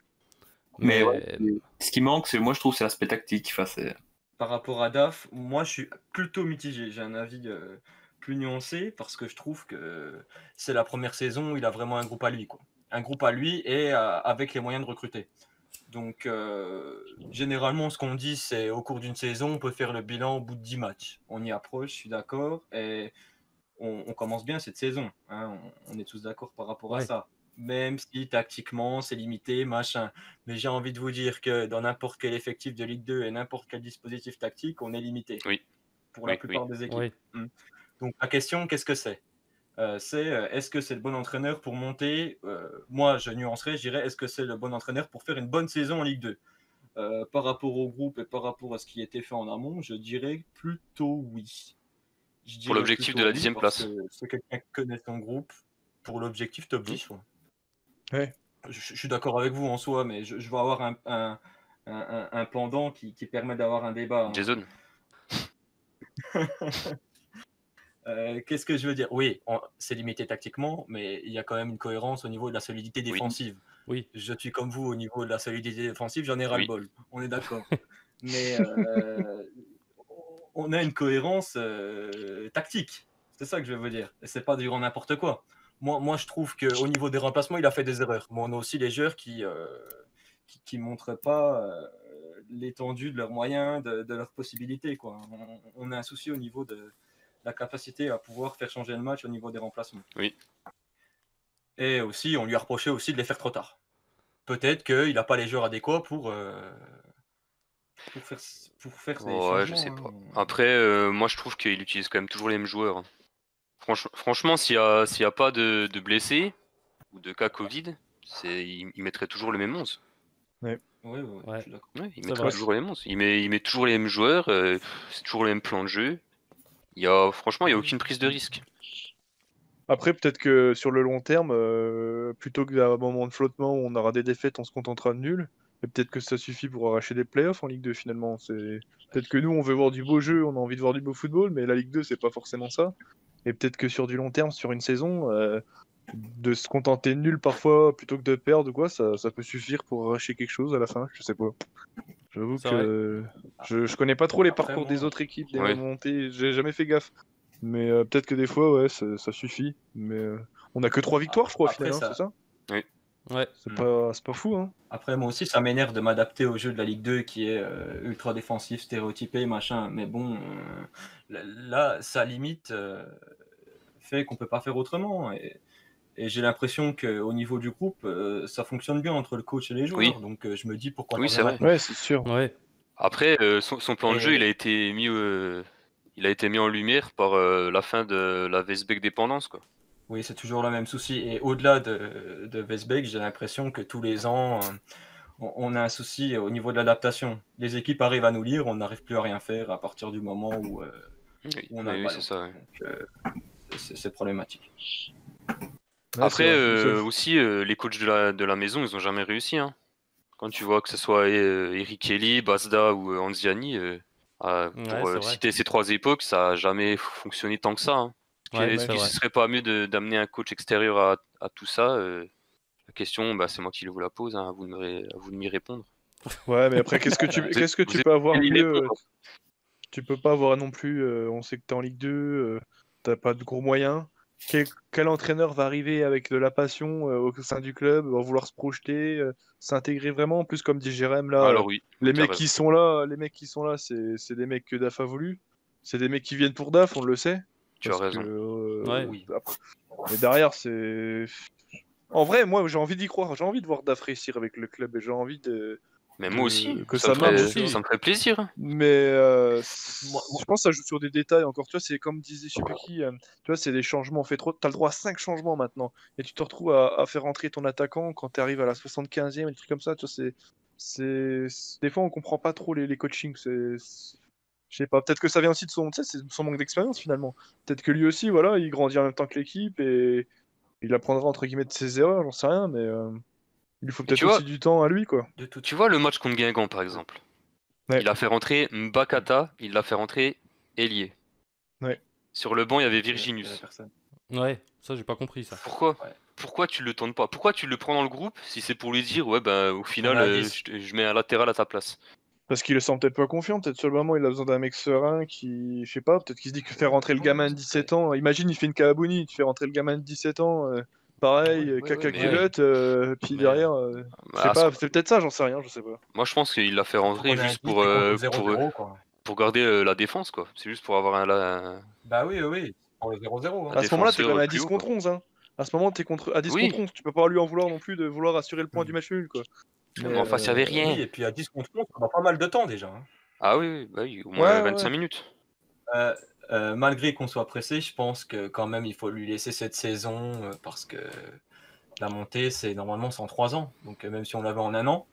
[SPEAKER 1] Mais ouais, ce qui manque, c'est moi je trouve, c'est l'aspect tactique. Enfin, c'est-
[SPEAKER 7] par rapport à DAF, moi je suis plutôt mitigé. J'ai un avis euh, plus nuancé parce que je trouve que c'est la première saison où il a vraiment un groupe à lui. Quoi. Un groupe à lui et euh, avec les moyens de recruter. Donc euh, généralement ce qu'on dit c'est au cours d'une saison on peut faire le bilan au bout de 10 matchs. On y approche, je suis d'accord. Et on, on commence bien cette saison. hein, on, on est tous d'accord par rapport à
[SPEAKER 5] Ouais.
[SPEAKER 7] ça. Même si tactiquement c'est limité, machin. Mais j'ai envie de vous dire que dans n'importe quel effectif de Ligue 2 et n'importe quel dispositif tactique, on est limité.
[SPEAKER 8] Oui.
[SPEAKER 7] Pour
[SPEAKER 8] Oui,
[SPEAKER 7] la plupart des équipes.
[SPEAKER 5] Oui.
[SPEAKER 7] Donc la question, qu'est-ce que c'est Euh, C'est euh, est-ce que c'est le bon entraîneur pour monter Euh, Moi, je nuancerais, je dirais est-ce que c'est le bon entraîneur pour faire une bonne saison en Ligue 2 Euh, Par rapport au groupe et par rapport à ce qui était fait en amont, je dirais plutôt oui. Je dirais
[SPEAKER 8] l'objectif
[SPEAKER 7] plutôt
[SPEAKER 8] de la
[SPEAKER 7] oui,
[SPEAKER 8] dixième
[SPEAKER 7] parce
[SPEAKER 8] place.
[SPEAKER 7] que C'est quelqu'un qui connaît son groupe pour l'objectif top 10. ouais.
[SPEAKER 9] Ouais.
[SPEAKER 7] Je, je suis d'accord avec vous en soi, mais je, je veux avoir un, un- un- un- un pendant qui, qui permet d'avoir un débat. hein.
[SPEAKER 8] Jason,
[SPEAKER 7] Euh, Qu'est-ce que je veux dire Oui, on- c'est limité tactiquement, mais il y a quand même une cohérence au niveau de la solidité défensive.
[SPEAKER 5] Oui.
[SPEAKER 7] Je suis comme vous au niveau de la solidité défensive, j'en ai
[SPEAKER 8] Oui.
[SPEAKER 7] ras-le-bol. On est d'accord. mais euh, on a une cohérence euh, tactique. C'est ça que je veux vous dire. Et c'est pas du grand n'importe quoi. Moi, moi, je trouve qu'au niveau des remplacements, il a fait des erreurs. Mais on a aussi les joueurs qui, euh, qui, qui montrent pas euh, l'étendue de leurs moyens, de, de leurs possibilités. Quoi. On, on a un souci au niveau de la capacité à pouvoir faire changer le match au niveau des remplacements.
[SPEAKER 8] Oui.
[SPEAKER 7] Et aussi, on lui a reproché aussi de les faire trop tard. Peut-être qu'il n'a pas les joueurs adéquats pour, euh, pour faire, pour faire ces
[SPEAKER 8] Ouais, je
[SPEAKER 7] changements,
[SPEAKER 8] sais
[SPEAKER 7] hein.
[SPEAKER 8] pas. Après, euh, moi je trouve qu'il utilise quand même toujours les mêmes joueurs. hein. Franch- franchement, s'il n'y a, s'il y a pas de, de blessés ou de cas Covid, c'est- il, il mettrait toujours le même 11.
[SPEAKER 7] Ouais, ouais, ouais,
[SPEAKER 5] Ouais.
[SPEAKER 7] je suis d'accord.
[SPEAKER 8] Ouais, il
[SPEAKER 5] C'est
[SPEAKER 8] mettrait
[SPEAKER 5] vrai.
[SPEAKER 8] toujours les mêmes 11. Il met, il met toujours les mêmes joueurs, euh, c'est toujours le même plan de jeu. Il y a, franchement, il n'y a aucune prise de risque.
[SPEAKER 9] Après, peut-être que sur le long terme, euh, plutôt que d'un moment de flottement où on aura des défaites, on se contentera de nul. Et peut-être que ça suffit pour arracher des playoffs en Ligue 2 finalement. C'est peut-être que nous, on veut voir du beau jeu, on a envie de voir du beau football, mais la Ligue 2, c'est pas forcément ça. Et peut-être que sur du long terme, sur une saison, euh, de se contenter de nul parfois plutôt que de perdre ou quoi, ça, ça peut suffire pour arracher quelque chose à la fin. Je sais pas. J'avoue
[SPEAKER 5] C'est
[SPEAKER 9] que je, je connais pas trop les
[SPEAKER 7] Après,
[SPEAKER 9] parcours des
[SPEAKER 7] moi-
[SPEAKER 9] autres équipes, des
[SPEAKER 8] Ouais.
[SPEAKER 9] montées. J'ai jamais fait gaffe. Mais euh, peut-être que des fois, ouais, ça, ça suffit. Mais euh, on a que trois victoires, je crois, au
[SPEAKER 7] Après,
[SPEAKER 9] final, hein,
[SPEAKER 7] ça-
[SPEAKER 9] c'est ça
[SPEAKER 5] Ouais.
[SPEAKER 9] C'est
[SPEAKER 7] Mm.
[SPEAKER 9] pas, c'est pas fou, hein
[SPEAKER 7] Après, moi aussi, ça m'énerve de m'adapter au jeu de la Ligue 2 qui est euh, ultra défensif, stéréotypé, machin. Mais bon, euh, là- là, ça limite euh, fait qu'on peut pas faire autrement. Et, et j'ai l'impression qu'au niveau du groupe, euh, ça fonctionne bien entre le coach et les joueurs.
[SPEAKER 8] Oui.
[SPEAKER 7] Donc euh, je me dis pourquoi
[SPEAKER 8] Oui,
[SPEAKER 7] pas
[SPEAKER 8] c'est vrai.
[SPEAKER 9] Ouais, c'est sûr.
[SPEAKER 5] Ouais.
[SPEAKER 8] Après, euh, son, son plan de jeu,
[SPEAKER 7] Et-
[SPEAKER 8] il a été mis, euh, il a été mis en lumière par euh, la fin de la Vesbec dépendance, quoi.
[SPEAKER 7] Oui, c'est toujours le même souci. Et au-delà de, de Vesbeck, j'ai l'impression que tous les ans, euh, on, on a un souci au niveau de l'adaptation. Les équipes arrivent à nous lire, on n'arrive plus à rien faire à partir du moment où, euh,
[SPEAKER 8] Oui,
[SPEAKER 7] on a
[SPEAKER 8] oui,
[SPEAKER 7] pas-
[SPEAKER 8] c'est ça. ouais.
[SPEAKER 7] donc, euh, c'est c'est problématique.
[SPEAKER 9] Ouais,
[SPEAKER 8] Après,
[SPEAKER 9] c'est vrai.
[SPEAKER 8] euh, aussi, euh, les coachs de la, de la maison, ils ont jamais réussi. hein. Quand tu vois que ce soit euh, Eric Kelly, Basda ou euh, Anziani, euh, euh,
[SPEAKER 5] Ouais,
[SPEAKER 8] pour euh,
[SPEAKER 5] c'est vrai.
[SPEAKER 8] citer ces trois époques, ça n'a jamais fonctionné tant que ça. hein.
[SPEAKER 5] Ouais,
[SPEAKER 8] Est-ce
[SPEAKER 5] c'est
[SPEAKER 8] que
[SPEAKER 5] vrai.
[SPEAKER 8] ce serait pas mieux de- d'amener un coach extérieur à, à tout ça euh, La question, bah, c'est moi qui vous la pose, hein, à vous de me ré- à vous de m'y répondre.
[SPEAKER 9] Ouais, mais après, qu'est-ce que tu, qu'est-ce que
[SPEAKER 8] vous
[SPEAKER 9] tu
[SPEAKER 8] êtes
[SPEAKER 9] peux avoir
[SPEAKER 8] éliminé,
[SPEAKER 9] mieux
[SPEAKER 8] quoi.
[SPEAKER 9] Tu peux pas avoir non plus. euh, on sait que t'es en Ligue 2, euh, t'as pas de gros moyens. Quel, quel entraîneur va arriver avec de la passion euh, au sein du club, va vouloir se projeter, euh, s'intégrer vraiment En plus, comme dit Jérém, là,
[SPEAKER 8] Alors oui,
[SPEAKER 9] Les
[SPEAKER 8] T'as
[SPEAKER 9] mecs
[SPEAKER 8] raison.
[SPEAKER 9] qui sont là, les mecs qui sont là, c'est c'est des mecs que DAF a voulu. C'est des mecs qui viennent pour DAF, on le sait.
[SPEAKER 8] tu as
[SPEAKER 9] Parce
[SPEAKER 8] raison.
[SPEAKER 9] que, euh,
[SPEAKER 5] Ouais.
[SPEAKER 9] oui, après- Mais derrière, c'est. En vrai, moi, j'ai envie d'y croire. J'ai envie de voir DAF réussir avec le club et j'ai envie de.
[SPEAKER 8] Mais moi
[SPEAKER 9] que-
[SPEAKER 8] aussi,
[SPEAKER 9] que
[SPEAKER 8] ça,
[SPEAKER 9] ça
[SPEAKER 8] me ferait,
[SPEAKER 5] marche aussi.
[SPEAKER 8] ça me ferait plaisir.
[SPEAKER 9] Mais euh, c-
[SPEAKER 7] Moi- moi-
[SPEAKER 9] je pense que ça joue sur des détails encore. Tu vois, c'est comme disait je sais plus qui. euh, tu vois, c'est des changements. On fait trop. T'as le droit à 5 changements maintenant. Et tu te retrouves à, à faire entrer ton attaquant quand t'arrives à la 75e et des trucs comme ça. Tu vois, c'est. c'est- c'est- Des fois, on comprend pas trop les, les coachings. c'est- c'est- Je sais pas. Peut-être que ça vient aussi de son, tu sais, c'est son manque d'expérience finalement. Peut-être que lui aussi, voilà, il grandit en même temps que l'équipe et il apprendra entre guillemets de ses erreurs, j'en sais rien, mais euh, il lui faut
[SPEAKER 8] Mais
[SPEAKER 9] peut-être
[SPEAKER 8] tu
[SPEAKER 9] aussi
[SPEAKER 8] vois-
[SPEAKER 9] du temps à lui, quoi.
[SPEAKER 7] De toute
[SPEAKER 8] Tu vois le match contre Guingamp par exemple.
[SPEAKER 9] Ouais.
[SPEAKER 8] Il a fait rentrer Mbakata, il l'a fait rentrer Elie.
[SPEAKER 9] Ouais.
[SPEAKER 8] Sur le banc, il y avait
[SPEAKER 7] Il y avait
[SPEAKER 8] Virginius.
[SPEAKER 7] personne.
[SPEAKER 5] Ouais, ça j'ai pas compris ça.
[SPEAKER 8] Pourquoi
[SPEAKER 7] Ouais.
[SPEAKER 8] Pourquoi tu le tentes pas Pourquoi tu le prends dans le groupe si c'est pour lui dire ouais ben au final
[SPEAKER 7] a un
[SPEAKER 8] euh,
[SPEAKER 7] dix.
[SPEAKER 8] je, te- je mets un latéral à ta place.
[SPEAKER 9] Parce qu'il le sent peut-être pas confiant, peut-être seulement il a besoin d'un mec serein qui, je sais pas, peut-être qu'il se dit que faire rentrer le gamin de 17 ans, imagine il fait une Kawabuni, tu fais rentrer le gamin de 17 ans, euh, pareil,
[SPEAKER 8] Ouais, ouais,
[SPEAKER 9] caca
[SPEAKER 8] ouais, mais-
[SPEAKER 9] culotte, euh, puis
[SPEAKER 8] Mais-
[SPEAKER 9] derrière, euh, je sais
[SPEAKER 8] Bah,
[SPEAKER 9] pas, c'est peut-être ça, j'en sais rien, je sais pas.
[SPEAKER 8] Moi je pense qu'il l'a fait
[SPEAKER 7] Faut qu'on
[SPEAKER 8] rentrer
[SPEAKER 7] ait un
[SPEAKER 8] juste
[SPEAKER 7] guide
[SPEAKER 8] pour,
[SPEAKER 7] qui compte
[SPEAKER 8] euh,
[SPEAKER 7] zéro
[SPEAKER 8] pour,
[SPEAKER 7] zéro, quoi.
[SPEAKER 8] pour garder euh, la défense quoi. C'est juste pour avoir un, la-
[SPEAKER 7] Bah oui, oui, oui. Pour le 0-0. hein.
[SPEAKER 8] Ah,
[SPEAKER 9] À ce moment-là, t'es
[SPEAKER 8] défenseur
[SPEAKER 9] quand même à
[SPEAKER 8] plus
[SPEAKER 9] 10
[SPEAKER 8] haut,
[SPEAKER 9] contre 11, hein. À ce moment, t'es contre... à 10
[SPEAKER 8] Oui.
[SPEAKER 9] contre 11, tu peux pas lui en vouloir non plus de vouloir assurer le point du match nul, quoi.
[SPEAKER 8] Mais enfin, ça
[SPEAKER 9] euh,
[SPEAKER 8] avait rien.
[SPEAKER 7] Oui, et puis à 10 contre 11, on a pas mal de temps déjà. hein.
[SPEAKER 8] Ah oui, oui, bah oui, au moins
[SPEAKER 9] Ouais,
[SPEAKER 8] 25
[SPEAKER 9] ouais.
[SPEAKER 8] minutes.
[SPEAKER 7] Euh, euh, malgré qu'on soit pressé, je pense que quand même il faut lui laisser cette saison euh, parce que la montée c'est normalement 103 ans. Donc euh, même si on l'avait en un an,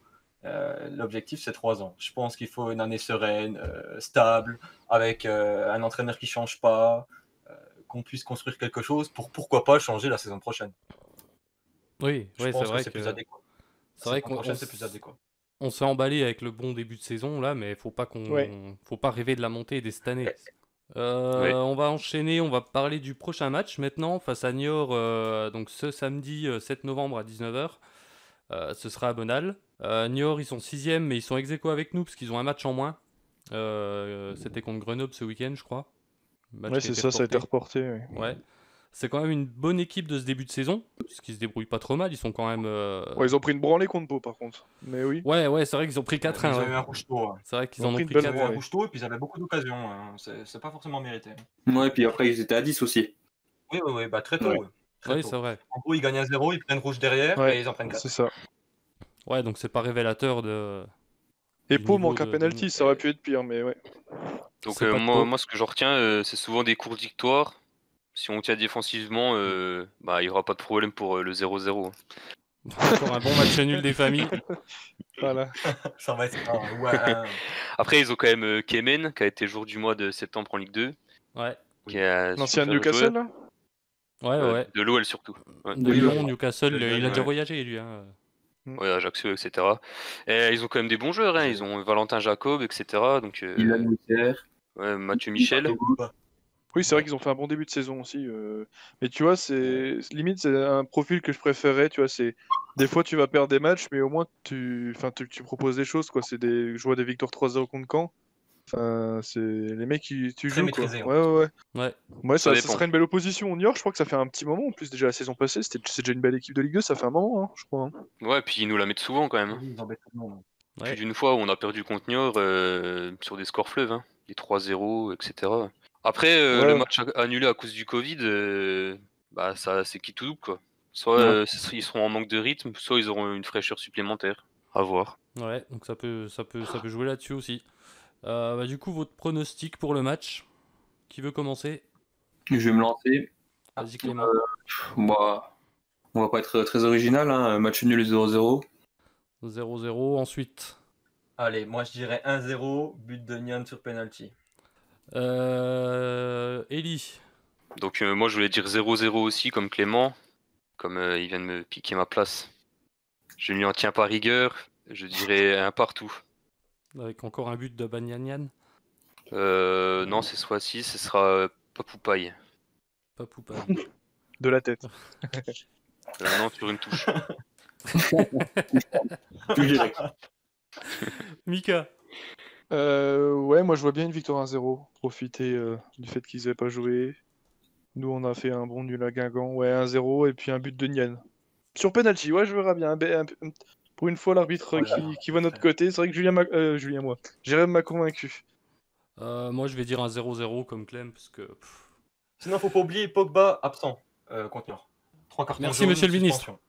[SPEAKER 7] euh, l'objectif c'est 3 ans. Je pense qu'il faut une année sereine, euh, stable, avec euh, un entraîneur qui change pas, euh, qu'on puisse construire quelque chose pour pourquoi pas changer la saison prochaine.
[SPEAKER 5] Oui,
[SPEAKER 7] Je
[SPEAKER 5] ouais,
[SPEAKER 7] pense
[SPEAKER 5] c'est
[SPEAKER 7] que
[SPEAKER 5] vrai
[SPEAKER 7] c'est
[SPEAKER 5] que
[SPEAKER 7] plus adéquat.
[SPEAKER 5] c'est vrai
[SPEAKER 7] La saison
[SPEAKER 5] qu'on-
[SPEAKER 7] prochaine
[SPEAKER 5] on
[SPEAKER 7] c'est plus
[SPEAKER 5] s-
[SPEAKER 7] adéquat.
[SPEAKER 5] on s'est emballé avec le bon début de saison là, mais faut pas qu'on
[SPEAKER 9] Ouais.
[SPEAKER 5] faut pas rêver de la montée et des cette année.
[SPEAKER 7] Ouais.
[SPEAKER 5] Euh,
[SPEAKER 8] Ouais.
[SPEAKER 5] On va enchaîner, on va parler du prochain match maintenant face à Niort, euh, donc ce samedi euh, 7 novembre à 19h. Euh, ce sera à Bonal. Euh, Niort, ils sont 6 mais ils sont ex aequo avec nous parce qu'ils ont un match en moins. Euh, C'était contre Grenoble ce week-end, je crois. Match
[SPEAKER 9] Ouais,
[SPEAKER 5] qui
[SPEAKER 9] c'est ça, ça a été
[SPEAKER 5] reporté.
[SPEAKER 9] reporté. ouais.
[SPEAKER 5] Ouais. C'est quand même une bonne équipe de ce début de saison, parce qu'ils se débrouillent pas trop mal. Ils sont quand même. euh,
[SPEAKER 9] Ouais, ils ont pris une branlée contre Pau, par contre. Mais oui.
[SPEAKER 5] Ouais, ouais, c'est vrai qu'ils ont pris 4-1.
[SPEAKER 7] Ils ont eu
[SPEAKER 5] ouais.
[SPEAKER 7] un rouge tôt. hein.
[SPEAKER 5] C'est vrai qu'ils
[SPEAKER 9] Ils ont
[SPEAKER 5] en ont
[SPEAKER 9] pris une
[SPEAKER 5] pris
[SPEAKER 9] bonne
[SPEAKER 7] Ils
[SPEAKER 5] 4.
[SPEAKER 7] avaient un
[SPEAKER 9] Ouais.
[SPEAKER 7] rouge tôt et puis ils avaient beaucoup d'occasions. hein. C'est c'est pas forcément mérité.
[SPEAKER 1] Ouais, puis après, ils étaient à 10 aussi.
[SPEAKER 7] Oui, oui, oui, bah très tôt.
[SPEAKER 1] Ouais.
[SPEAKER 7] ouais. Très
[SPEAKER 5] Oui,
[SPEAKER 7] tôt.
[SPEAKER 5] c'est vrai.
[SPEAKER 7] En gros, ils gagnent à zéro, ils prennent rouge derrière
[SPEAKER 9] Ouais.
[SPEAKER 7] et ils en prennent 4.
[SPEAKER 9] C'est ça.
[SPEAKER 5] Ouais, donc c'est pas révélateur de.
[SPEAKER 9] Et
[SPEAKER 5] Du
[SPEAKER 9] Pau
[SPEAKER 5] niveau
[SPEAKER 9] manque un
[SPEAKER 5] de- de-
[SPEAKER 9] penalty, ça aurait pu être pire, mais ouais.
[SPEAKER 8] Donc
[SPEAKER 5] C'est
[SPEAKER 8] euh,
[SPEAKER 5] pas
[SPEAKER 8] moi,
[SPEAKER 5] faux.
[SPEAKER 8] moi, ce que je retiens, euh, c'est souvent des courtes victoires. Si on tient défensivement, euh, bah, il n'y aura pas de problème pour euh, le 0-0. hein.
[SPEAKER 5] Encore un bon match nul des familles.
[SPEAKER 9] Voilà.
[SPEAKER 7] Ça va être un, ou un- un-
[SPEAKER 8] Après, ils ont quand même euh, Kemen, qui a été jour du mois de septembre en Ligue 2.
[SPEAKER 5] Ouais,
[SPEAKER 8] qui est un
[SPEAKER 9] L'ancien
[SPEAKER 8] super joueur,
[SPEAKER 9] Newcastle, là
[SPEAKER 5] ouais,
[SPEAKER 8] euh,
[SPEAKER 5] ouais.
[SPEAKER 8] De l'OL surtout. Ouais.
[SPEAKER 5] De
[SPEAKER 1] Oui,
[SPEAKER 5] Lyon, Newcastle,
[SPEAKER 7] De
[SPEAKER 5] il a
[SPEAKER 7] Lyon,
[SPEAKER 5] déjà
[SPEAKER 8] ouais.
[SPEAKER 5] voyagé lui. hein.
[SPEAKER 8] Ouais, Ajaccio, etc. Et ils ont quand même des bons joueurs. hein. Ils ont Valentin Jacob, etc. Donc, euh,
[SPEAKER 1] Ilan Moutier.
[SPEAKER 8] ouais, Mathieu Michel.
[SPEAKER 9] Oui, c'est vrai qu'ils ont fait un bon début de saison aussi. euh, Mais tu vois, c'est limite, c'est un profil que je préférais. Tu vois, c'est des fois tu vas perdre des matchs, mais au moins tu, enfin, tu, tu proposes des choses. Quoi, c'est des, je vois des victoires 3-0 contre Caen. Enfin, c'est les mecs qui tu
[SPEAKER 7] Très
[SPEAKER 9] joues. Quoi.
[SPEAKER 7] maîtrisé, en
[SPEAKER 9] Ouais, ouais, ouais.
[SPEAKER 5] Ouais.
[SPEAKER 9] Ouais, ça,
[SPEAKER 8] Ça
[SPEAKER 9] ça
[SPEAKER 8] dépend.
[SPEAKER 9] serait une belle opposition. On Niort, je crois que ça fait un petit moment. En plus, déjà la saison passée, c'était, c'est déjà une belle équipe de Ligue 2. Ça fait un moment, hein, je crois. hein.
[SPEAKER 8] Ouais, puis ils nous la mettent souvent quand même. hein.
[SPEAKER 7] Ils embêtent tout le monde.
[SPEAKER 5] Ouais.
[SPEAKER 8] Plus d'une fois, on a perdu contre Niort euh, sur des scores fleuves. hein. Des 3-0, etc. Après, euh,
[SPEAKER 9] Ouais.
[SPEAKER 8] le match a- annulé à cause du Covid, euh, bah, ça, c'est qui tout double quoi. Soit
[SPEAKER 1] Ouais.
[SPEAKER 8] euh, ce- ils seront en manque de rythme, soit ils auront une fraîcheur supplémentaire. À voir.
[SPEAKER 5] Ouais, donc ça peut, ça peut, ça peut jouer là-dessus aussi. Euh, bah, du coup, votre pronostic pour le match Qui veut commencer
[SPEAKER 1] Je vais me lancer.
[SPEAKER 8] Ah,
[SPEAKER 5] Vas-y Clément.
[SPEAKER 8] euh.
[SPEAKER 1] Pff, Bah, on va pas être très original. Hein. Match nul 0-0.
[SPEAKER 5] 0-0 ensuite.
[SPEAKER 7] Allez, moi je dirais 1-0, but de Nian sur penalty.
[SPEAKER 5] Euh... Ellie.
[SPEAKER 8] Donc euh, moi je voulais dire 0-0 aussi comme Clément, comme euh, il vient de me piquer ma place. Je ne lui en tiens pas rigueur, je dirais un partout.
[SPEAKER 5] Avec encore un but de Banyanyan.
[SPEAKER 8] Euh, non, c'est soit 6, ce sera euh, pas Poupaille.
[SPEAKER 5] Pas poupa.
[SPEAKER 9] De la tête.
[SPEAKER 8] Euh, non, sur une touche.
[SPEAKER 1] Plus direct.
[SPEAKER 5] Mika.
[SPEAKER 9] Euh, ouais, moi je vois bien une victoire 1-0. Profiter euh, du fait qu'ils n'avaient pas joué. Nous, on a fait un bon nul à Guingamp. Ouais, 1-0 et puis un but de Nian. Sur penalty, ouais, je verrais bien. Un be- un- un- Pour une fois, l'arbitre euh,
[SPEAKER 7] Oh là
[SPEAKER 9] qui, qui va de notre côté. C'est vrai que Julien, m'a- euh, Julien moi, Jérôme m'a convaincu.
[SPEAKER 5] Euh, moi je vais dire un 0-0 comme Clem parce que. pff,
[SPEAKER 7] Sinon, faut pas oublier Pogba absent euh, contre Niort. Trois cartons
[SPEAKER 5] Merci,
[SPEAKER 7] jaunes,
[SPEAKER 5] monsieur le ministre.
[SPEAKER 7] suspension.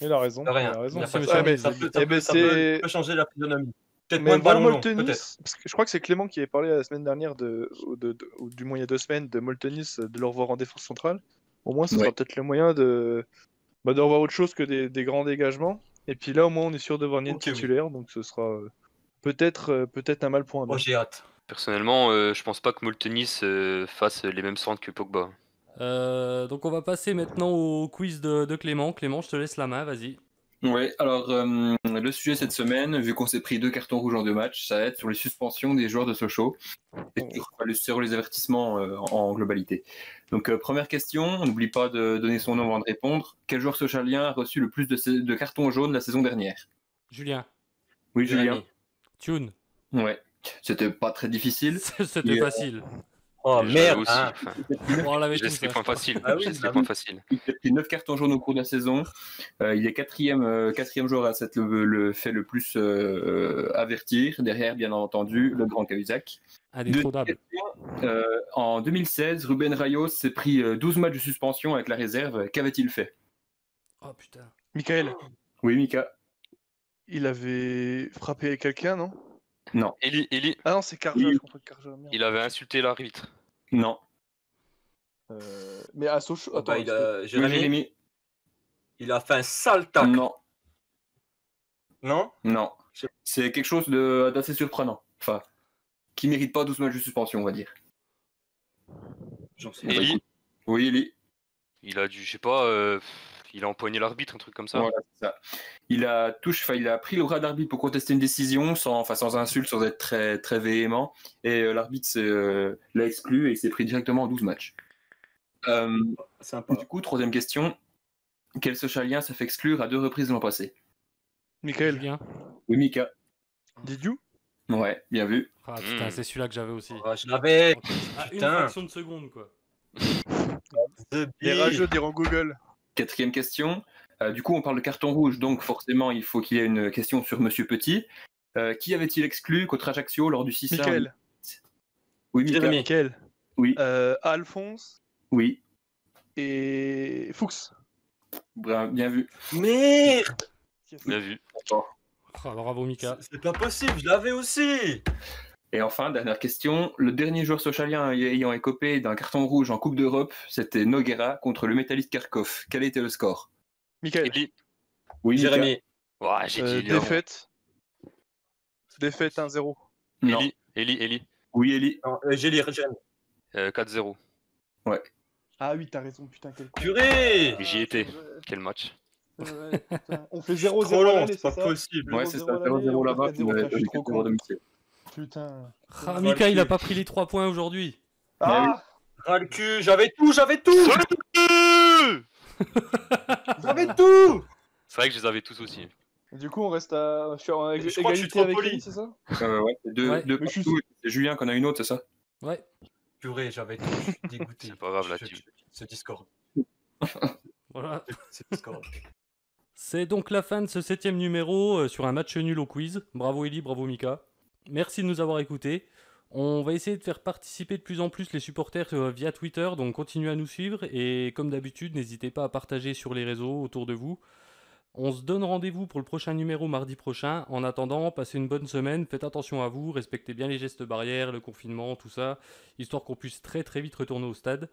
[SPEAKER 9] Il a raison.
[SPEAKER 7] De rien.
[SPEAKER 9] Il a raison.
[SPEAKER 7] Il y a pas de
[SPEAKER 5] monsieur
[SPEAKER 7] ça,
[SPEAKER 5] le
[SPEAKER 7] mais
[SPEAKER 9] ministre.
[SPEAKER 7] ça peut- ça
[SPEAKER 9] Eh ben,
[SPEAKER 7] peut- ça peut
[SPEAKER 9] c'est-
[SPEAKER 7] ça peut changer la physionomie. Peut-être
[SPEAKER 9] Mais
[SPEAKER 7] moins de ballons
[SPEAKER 9] voir
[SPEAKER 7] longs,
[SPEAKER 9] Moltenis,
[SPEAKER 7] peut-être.
[SPEAKER 9] parce que je crois que c'est Clément qui avait parlé la semaine dernière, de, ou, de- de- ou du moins il y a deux semaines, de Moltenis, euh, de le revoir en défense centrale. Au moins, ce
[SPEAKER 1] Ouais.
[SPEAKER 9] sera peut-être le moyen de, bah, de revoir autre chose que des, des grands dégagements. Et puis là, au moins, on est sûr de voir Nien
[SPEAKER 7] Ok, oui.
[SPEAKER 9] titulaire, donc ce sera euh, peut-être euh, peut-être un mal pour un
[SPEAKER 7] Oh,
[SPEAKER 9] bien.
[SPEAKER 7] j'ai hâte.
[SPEAKER 8] Personnellement, euh, je pense pas que Moltenis euh, fasse les mêmes centres que Pogba.
[SPEAKER 5] Euh, donc on va passer maintenant au quiz de, de Clément. Clément, je te laisse la main, vas-y.
[SPEAKER 6] Ouais, alors euh, le sujet cette semaine, vu qu'on s'est pris deux cartons rouges en deux matchs, ça va être sur les suspensions des joueurs de Sochaux et sur, euh, le- sur les avertissements euh, en globalité. Donc euh, première question, n'oublie pas de donner son nom avant de répondre. Quel joueur sochalien a reçu le plus de, sa- de cartons jaunes la saison dernière
[SPEAKER 5] Julien.
[SPEAKER 6] Oui, Julien.
[SPEAKER 5] Jérémy. Tune.
[SPEAKER 6] Ouais, c'était pas très difficile.
[SPEAKER 5] C'était
[SPEAKER 6] Et, euh,
[SPEAKER 5] facile. Oh,
[SPEAKER 7] Oh
[SPEAKER 8] J'avais
[SPEAKER 7] merde
[SPEAKER 8] aussi,
[SPEAKER 7] hein.
[SPEAKER 8] enfin,
[SPEAKER 5] On l'avait
[SPEAKER 8] J'ai
[SPEAKER 5] tous. hein.
[SPEAKER 8] les
[SPEAKER 5] ça.
[SPEAKER 8] points faciles.
[SPEAKER 7] Ah oui,
[SPEAKER 8] J'ai les
[SPEAKER 7] bah
[SPEAKER 8] points
[SPEAKER 7] oui.
[SPEAKER 8] faciles.
[SPEAKER 6] Il a pris 9 cartons jaunes au cours de la saison. Euh, il est quatrième, euh, quatrième joueur à s'être le, le- fait le plus euh, avertir. Derrière, bien entendu, le grand Cahuzac.
[SPEAKER 5] Indétrônable.
[SPEAKER 6] Euh, en 2016, Ruben Rayos s'est pris euh, 12 matchs de suspension avec la réserve. Qu'avait-il fait
[SPEAKER 5] Oh putain.
[SPEAKER 9] Michael,
[SPEAKER 6] Oui, Mika.
[SPEAKER 9] il avait frappé quelqu'un, non
[SPEAKER 8] Eli, Eli,
[SPEAKER 9] Ah non, c'est Carja,
[SPEAKER 6] Oui.
[SPEAKER 9] je comprends que Carja. merde.
[SPEAKER 8] il avait insulté l'arbitre.
[SPEAKER 6] Non.
[SPEAKER 9] Euh, Mais à Sochaux,
[SPEAKER 7] Oh,
[SPEAKER 9] attends,
[SPEAKER 7] bah, il a...
[SPEAKER 6] Oui,
[SPEAKER 7] Jérémy,
[SPEAKER 6] Jérémy.
[SPEAKER 7] il a fait un sale tac.
[SPEAKER 6] Non.
[SPEAKER 7] Non
[SPEAKER 6] Non. C'est quelque chose de- d'assez surprenant. Enfin, qui mérite pas 12 matchs de suspension, on va dire.
[SPEAKER 7] J'en sais rien.
[SPEAKER 8] Eli,
[SPEAKER 6] Oui, Eli.
[SPEAKER 8] il a dû, je sais pas, euh, il a empoigné l'arbitre, un truc comme ça.
[SPEAKER 6] Voilà, c'est ça. Il a touche, enfin, il a pris le bras d'arbitre pour contester une décision sans, enfin, sans insulte, sans être très, très véhément. Et euh, l'arbitre s'est, euh, l'a exclu et il s'est pris directement en 12 matchs. Euh,
[SPEAKER 7] Sympa.
[SPEAKER 6] du coup, troisième question. Quel Sochalien s'est fait exclure à deux reprises l'an passé
[SPEAKER 9] Michael,
[SPEAKER 5] Julien.
[SPEAKER 6] Oui, Mika.
[SPEAKER 9] Didiou
[SPEAKER 6] Ouais, bien vu.
[SPEAKER 5] Ah putain,
[SPEAKER 8] Hmm.
[SPEAKER 5] c'est celui-là que j'avais aussi.
[SPEAKER 7] Ah, je l'avais.
[SPEAKER 5] Ah, une
[SPEAKER 7] putain.
[SPEAKER 5] fraction de seconde, quoi.
[SPEAKER 7] The
[SPEAKER 9] Les
[SPEAKER 7] Bee.
[SPEAKER 9] rageux diront Google.
[SPEAKER 6] Quatrième question. Euh, du coup, on parle de carton rouge, donc forcément, il faut qu'il y ait une question sur Monsieur Petit. Euh, qui avait-il exclu contre Ajaccio lors du 6
[SPEAKER 9] Michael,
[SPEAKER 6] Oui, Mika.
[SPEAKER 7] Jérémy.
[SPEAKER 9] Michael,
[SPEAKER 6] Oui,
[SPEAKER 9] euh, Alphonse
[SPEAKER 6] oui.
[SPEAKER 9] et Fuchs.
[SPEAKER 6] Bien, bien vu.
[SPEAKER 7] Merde
[SPEAKER 8] Bien vu.
[SPEAKER 5] Ah, bravo Mika.
[SPEAKER 7] C'est pas possible, je l'avais aussi
[SPEAKER 6] Et enfin, dernière question. Le dernier joueur socialien ayant écopé d'un carton rouge en Coupe d'Europe, c'était Noguera contre le Métalliste Kharkov. Quel était le score
[SPEAKER 9] Michael,
[SPEAKER 8] Eli.
[SPEAKER 6] Oui,
[SPEAKER 7] Jérémy.
[SPEAKER 8] Ouais, j'ai
[SPEAKER 9] euh,
[SPEAKER 8] dit Eli. hein.
[SPEAKER 9] défaite. Défaite 1-0.
[SPEAKER 6] Non.
[SPEAKER 8] Eli, Eli, Eli.
[SPEAKER 6] Oui, Eli.
[SPEAKER 7] Non, euh, J'ai les Jérémy.
[SPEAKER 8] Euh, 4-0.
[SPEAKER 9] Ah oui, t'as raison, putain, quel con.
[SPEAKER 7] Purée
[SPEAKER 8] J'y étais. Quel match.
[SPEAKER 9] C'est vrai, putain. On fait
[SPEAKER 7] Trop
[SPEAKER 9] 0-0 à
[SPEAKER 7] long,
[SPEAKER 9] l'aller,
[SPEAKER 7] c'est
[SPEAKER 9] c'est
[SPEAKER 7] pas
[SPEAKER 9] ça
[SPEAKER 7] possible.
[SPEAKER 6] Ouais, c'est ça,
[SPEAKER 9] 0-0 à l'aller,
[SPEAKER 6] 0-0 là-bas,
[SPEAKER 9] 4-0,
[SPEAKER 6] puis
[SPEAKER 9] putain,
[SPEAKER 6] euh,
[SPEAKER 9] je suis
[SPEAKER 6] les
[SPEAKER 9] trop
[SPEAKER 6] quatre
[SPEAKER 9] con.
[SPEAKER 6] à domicile.
[SPEAKER 9] Putain.
[SPEAKER 5] Ah, Mika, il a pas pris les 3 points aujourd'hui.
[SPEAKER 9] Ah
[SPEAKER 7] Ras le cul, j'avais tout, j'avais tout Euh J'avais tout
[SPEAKER 8] C'est vrai que je les avais tous aussi.
[SPEAKER 9] Ah, Du coup, on reste à. Je suis en ég-
[SPEAKER 7] Je crois que je suis
[SPEAKER 9] égalité
[SPEAKER 7] trop
[SPEAKER 9] avec
[SPEAKER 7] poli.
[SPEAKER 9] lui, c'est ça
[SPEAKER 6] Euh, ouais, c'est deux,
[SPEAKER 5] Ouais.
[SPEAKER 6] deux
[SPEAKER 9] Mais je suis-
[SPEAKER 6] partout. C'est Julien qu'on a une autre, c'est ça
[SPEAKER 5] Ouais.
[SPEAKER 7] Purée, j'avais tout, je suis dégoûté.
[SPEAKER 8] C'est pas grave, la
[SPEAKER 7] Je-
[SPEAKER 8] team.
[SPEAKER 7] Ce Discord.
[SPEAKER 5] Voilà.
[SPEAKER 7] Ce Discord.
[SPEAKER 5] C'est donc la fin de ce septième numéro euh, sur un match nul au quiz. Bravo Eli, bravo Mika. Merci de nous avoir écoutés. On va essayer de faire participer de plus en plus les supporters euh, via Twitter, donc continuez à nous suivre et comme d'habitude, n'hésitez pas à partager sur les réseaux autour de vous. On se donne rendez-vous pour le prochain numéro mardi prochain. En attendant, passez une bonne semaine, faites attention à vous, respectez bien les gestes barrières, le confinement, tout ça, histoire qu'on puisse très très vite retourner au stade.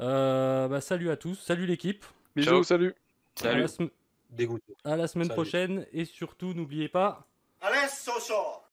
[SPEAKER 5] Euh, bah, salut à tous, salut l'équipe.
[SPEAKER 9] Bisous,
[SPEAKER 8] Ciao.
[SPEAKER 9] salut
[SPEAKER 5] À la
[SPEAKER 6] Salut.
[SPEAKER 5] sem-
[SPEAKER 7] Dégoûté.
[SPEAKER 5] à la semaine
[SPEAKER 7] Salut.
[SPEAKER 5] prochaine et surtout n'oubliez pas,
[SPEAKER 10] Adesso so!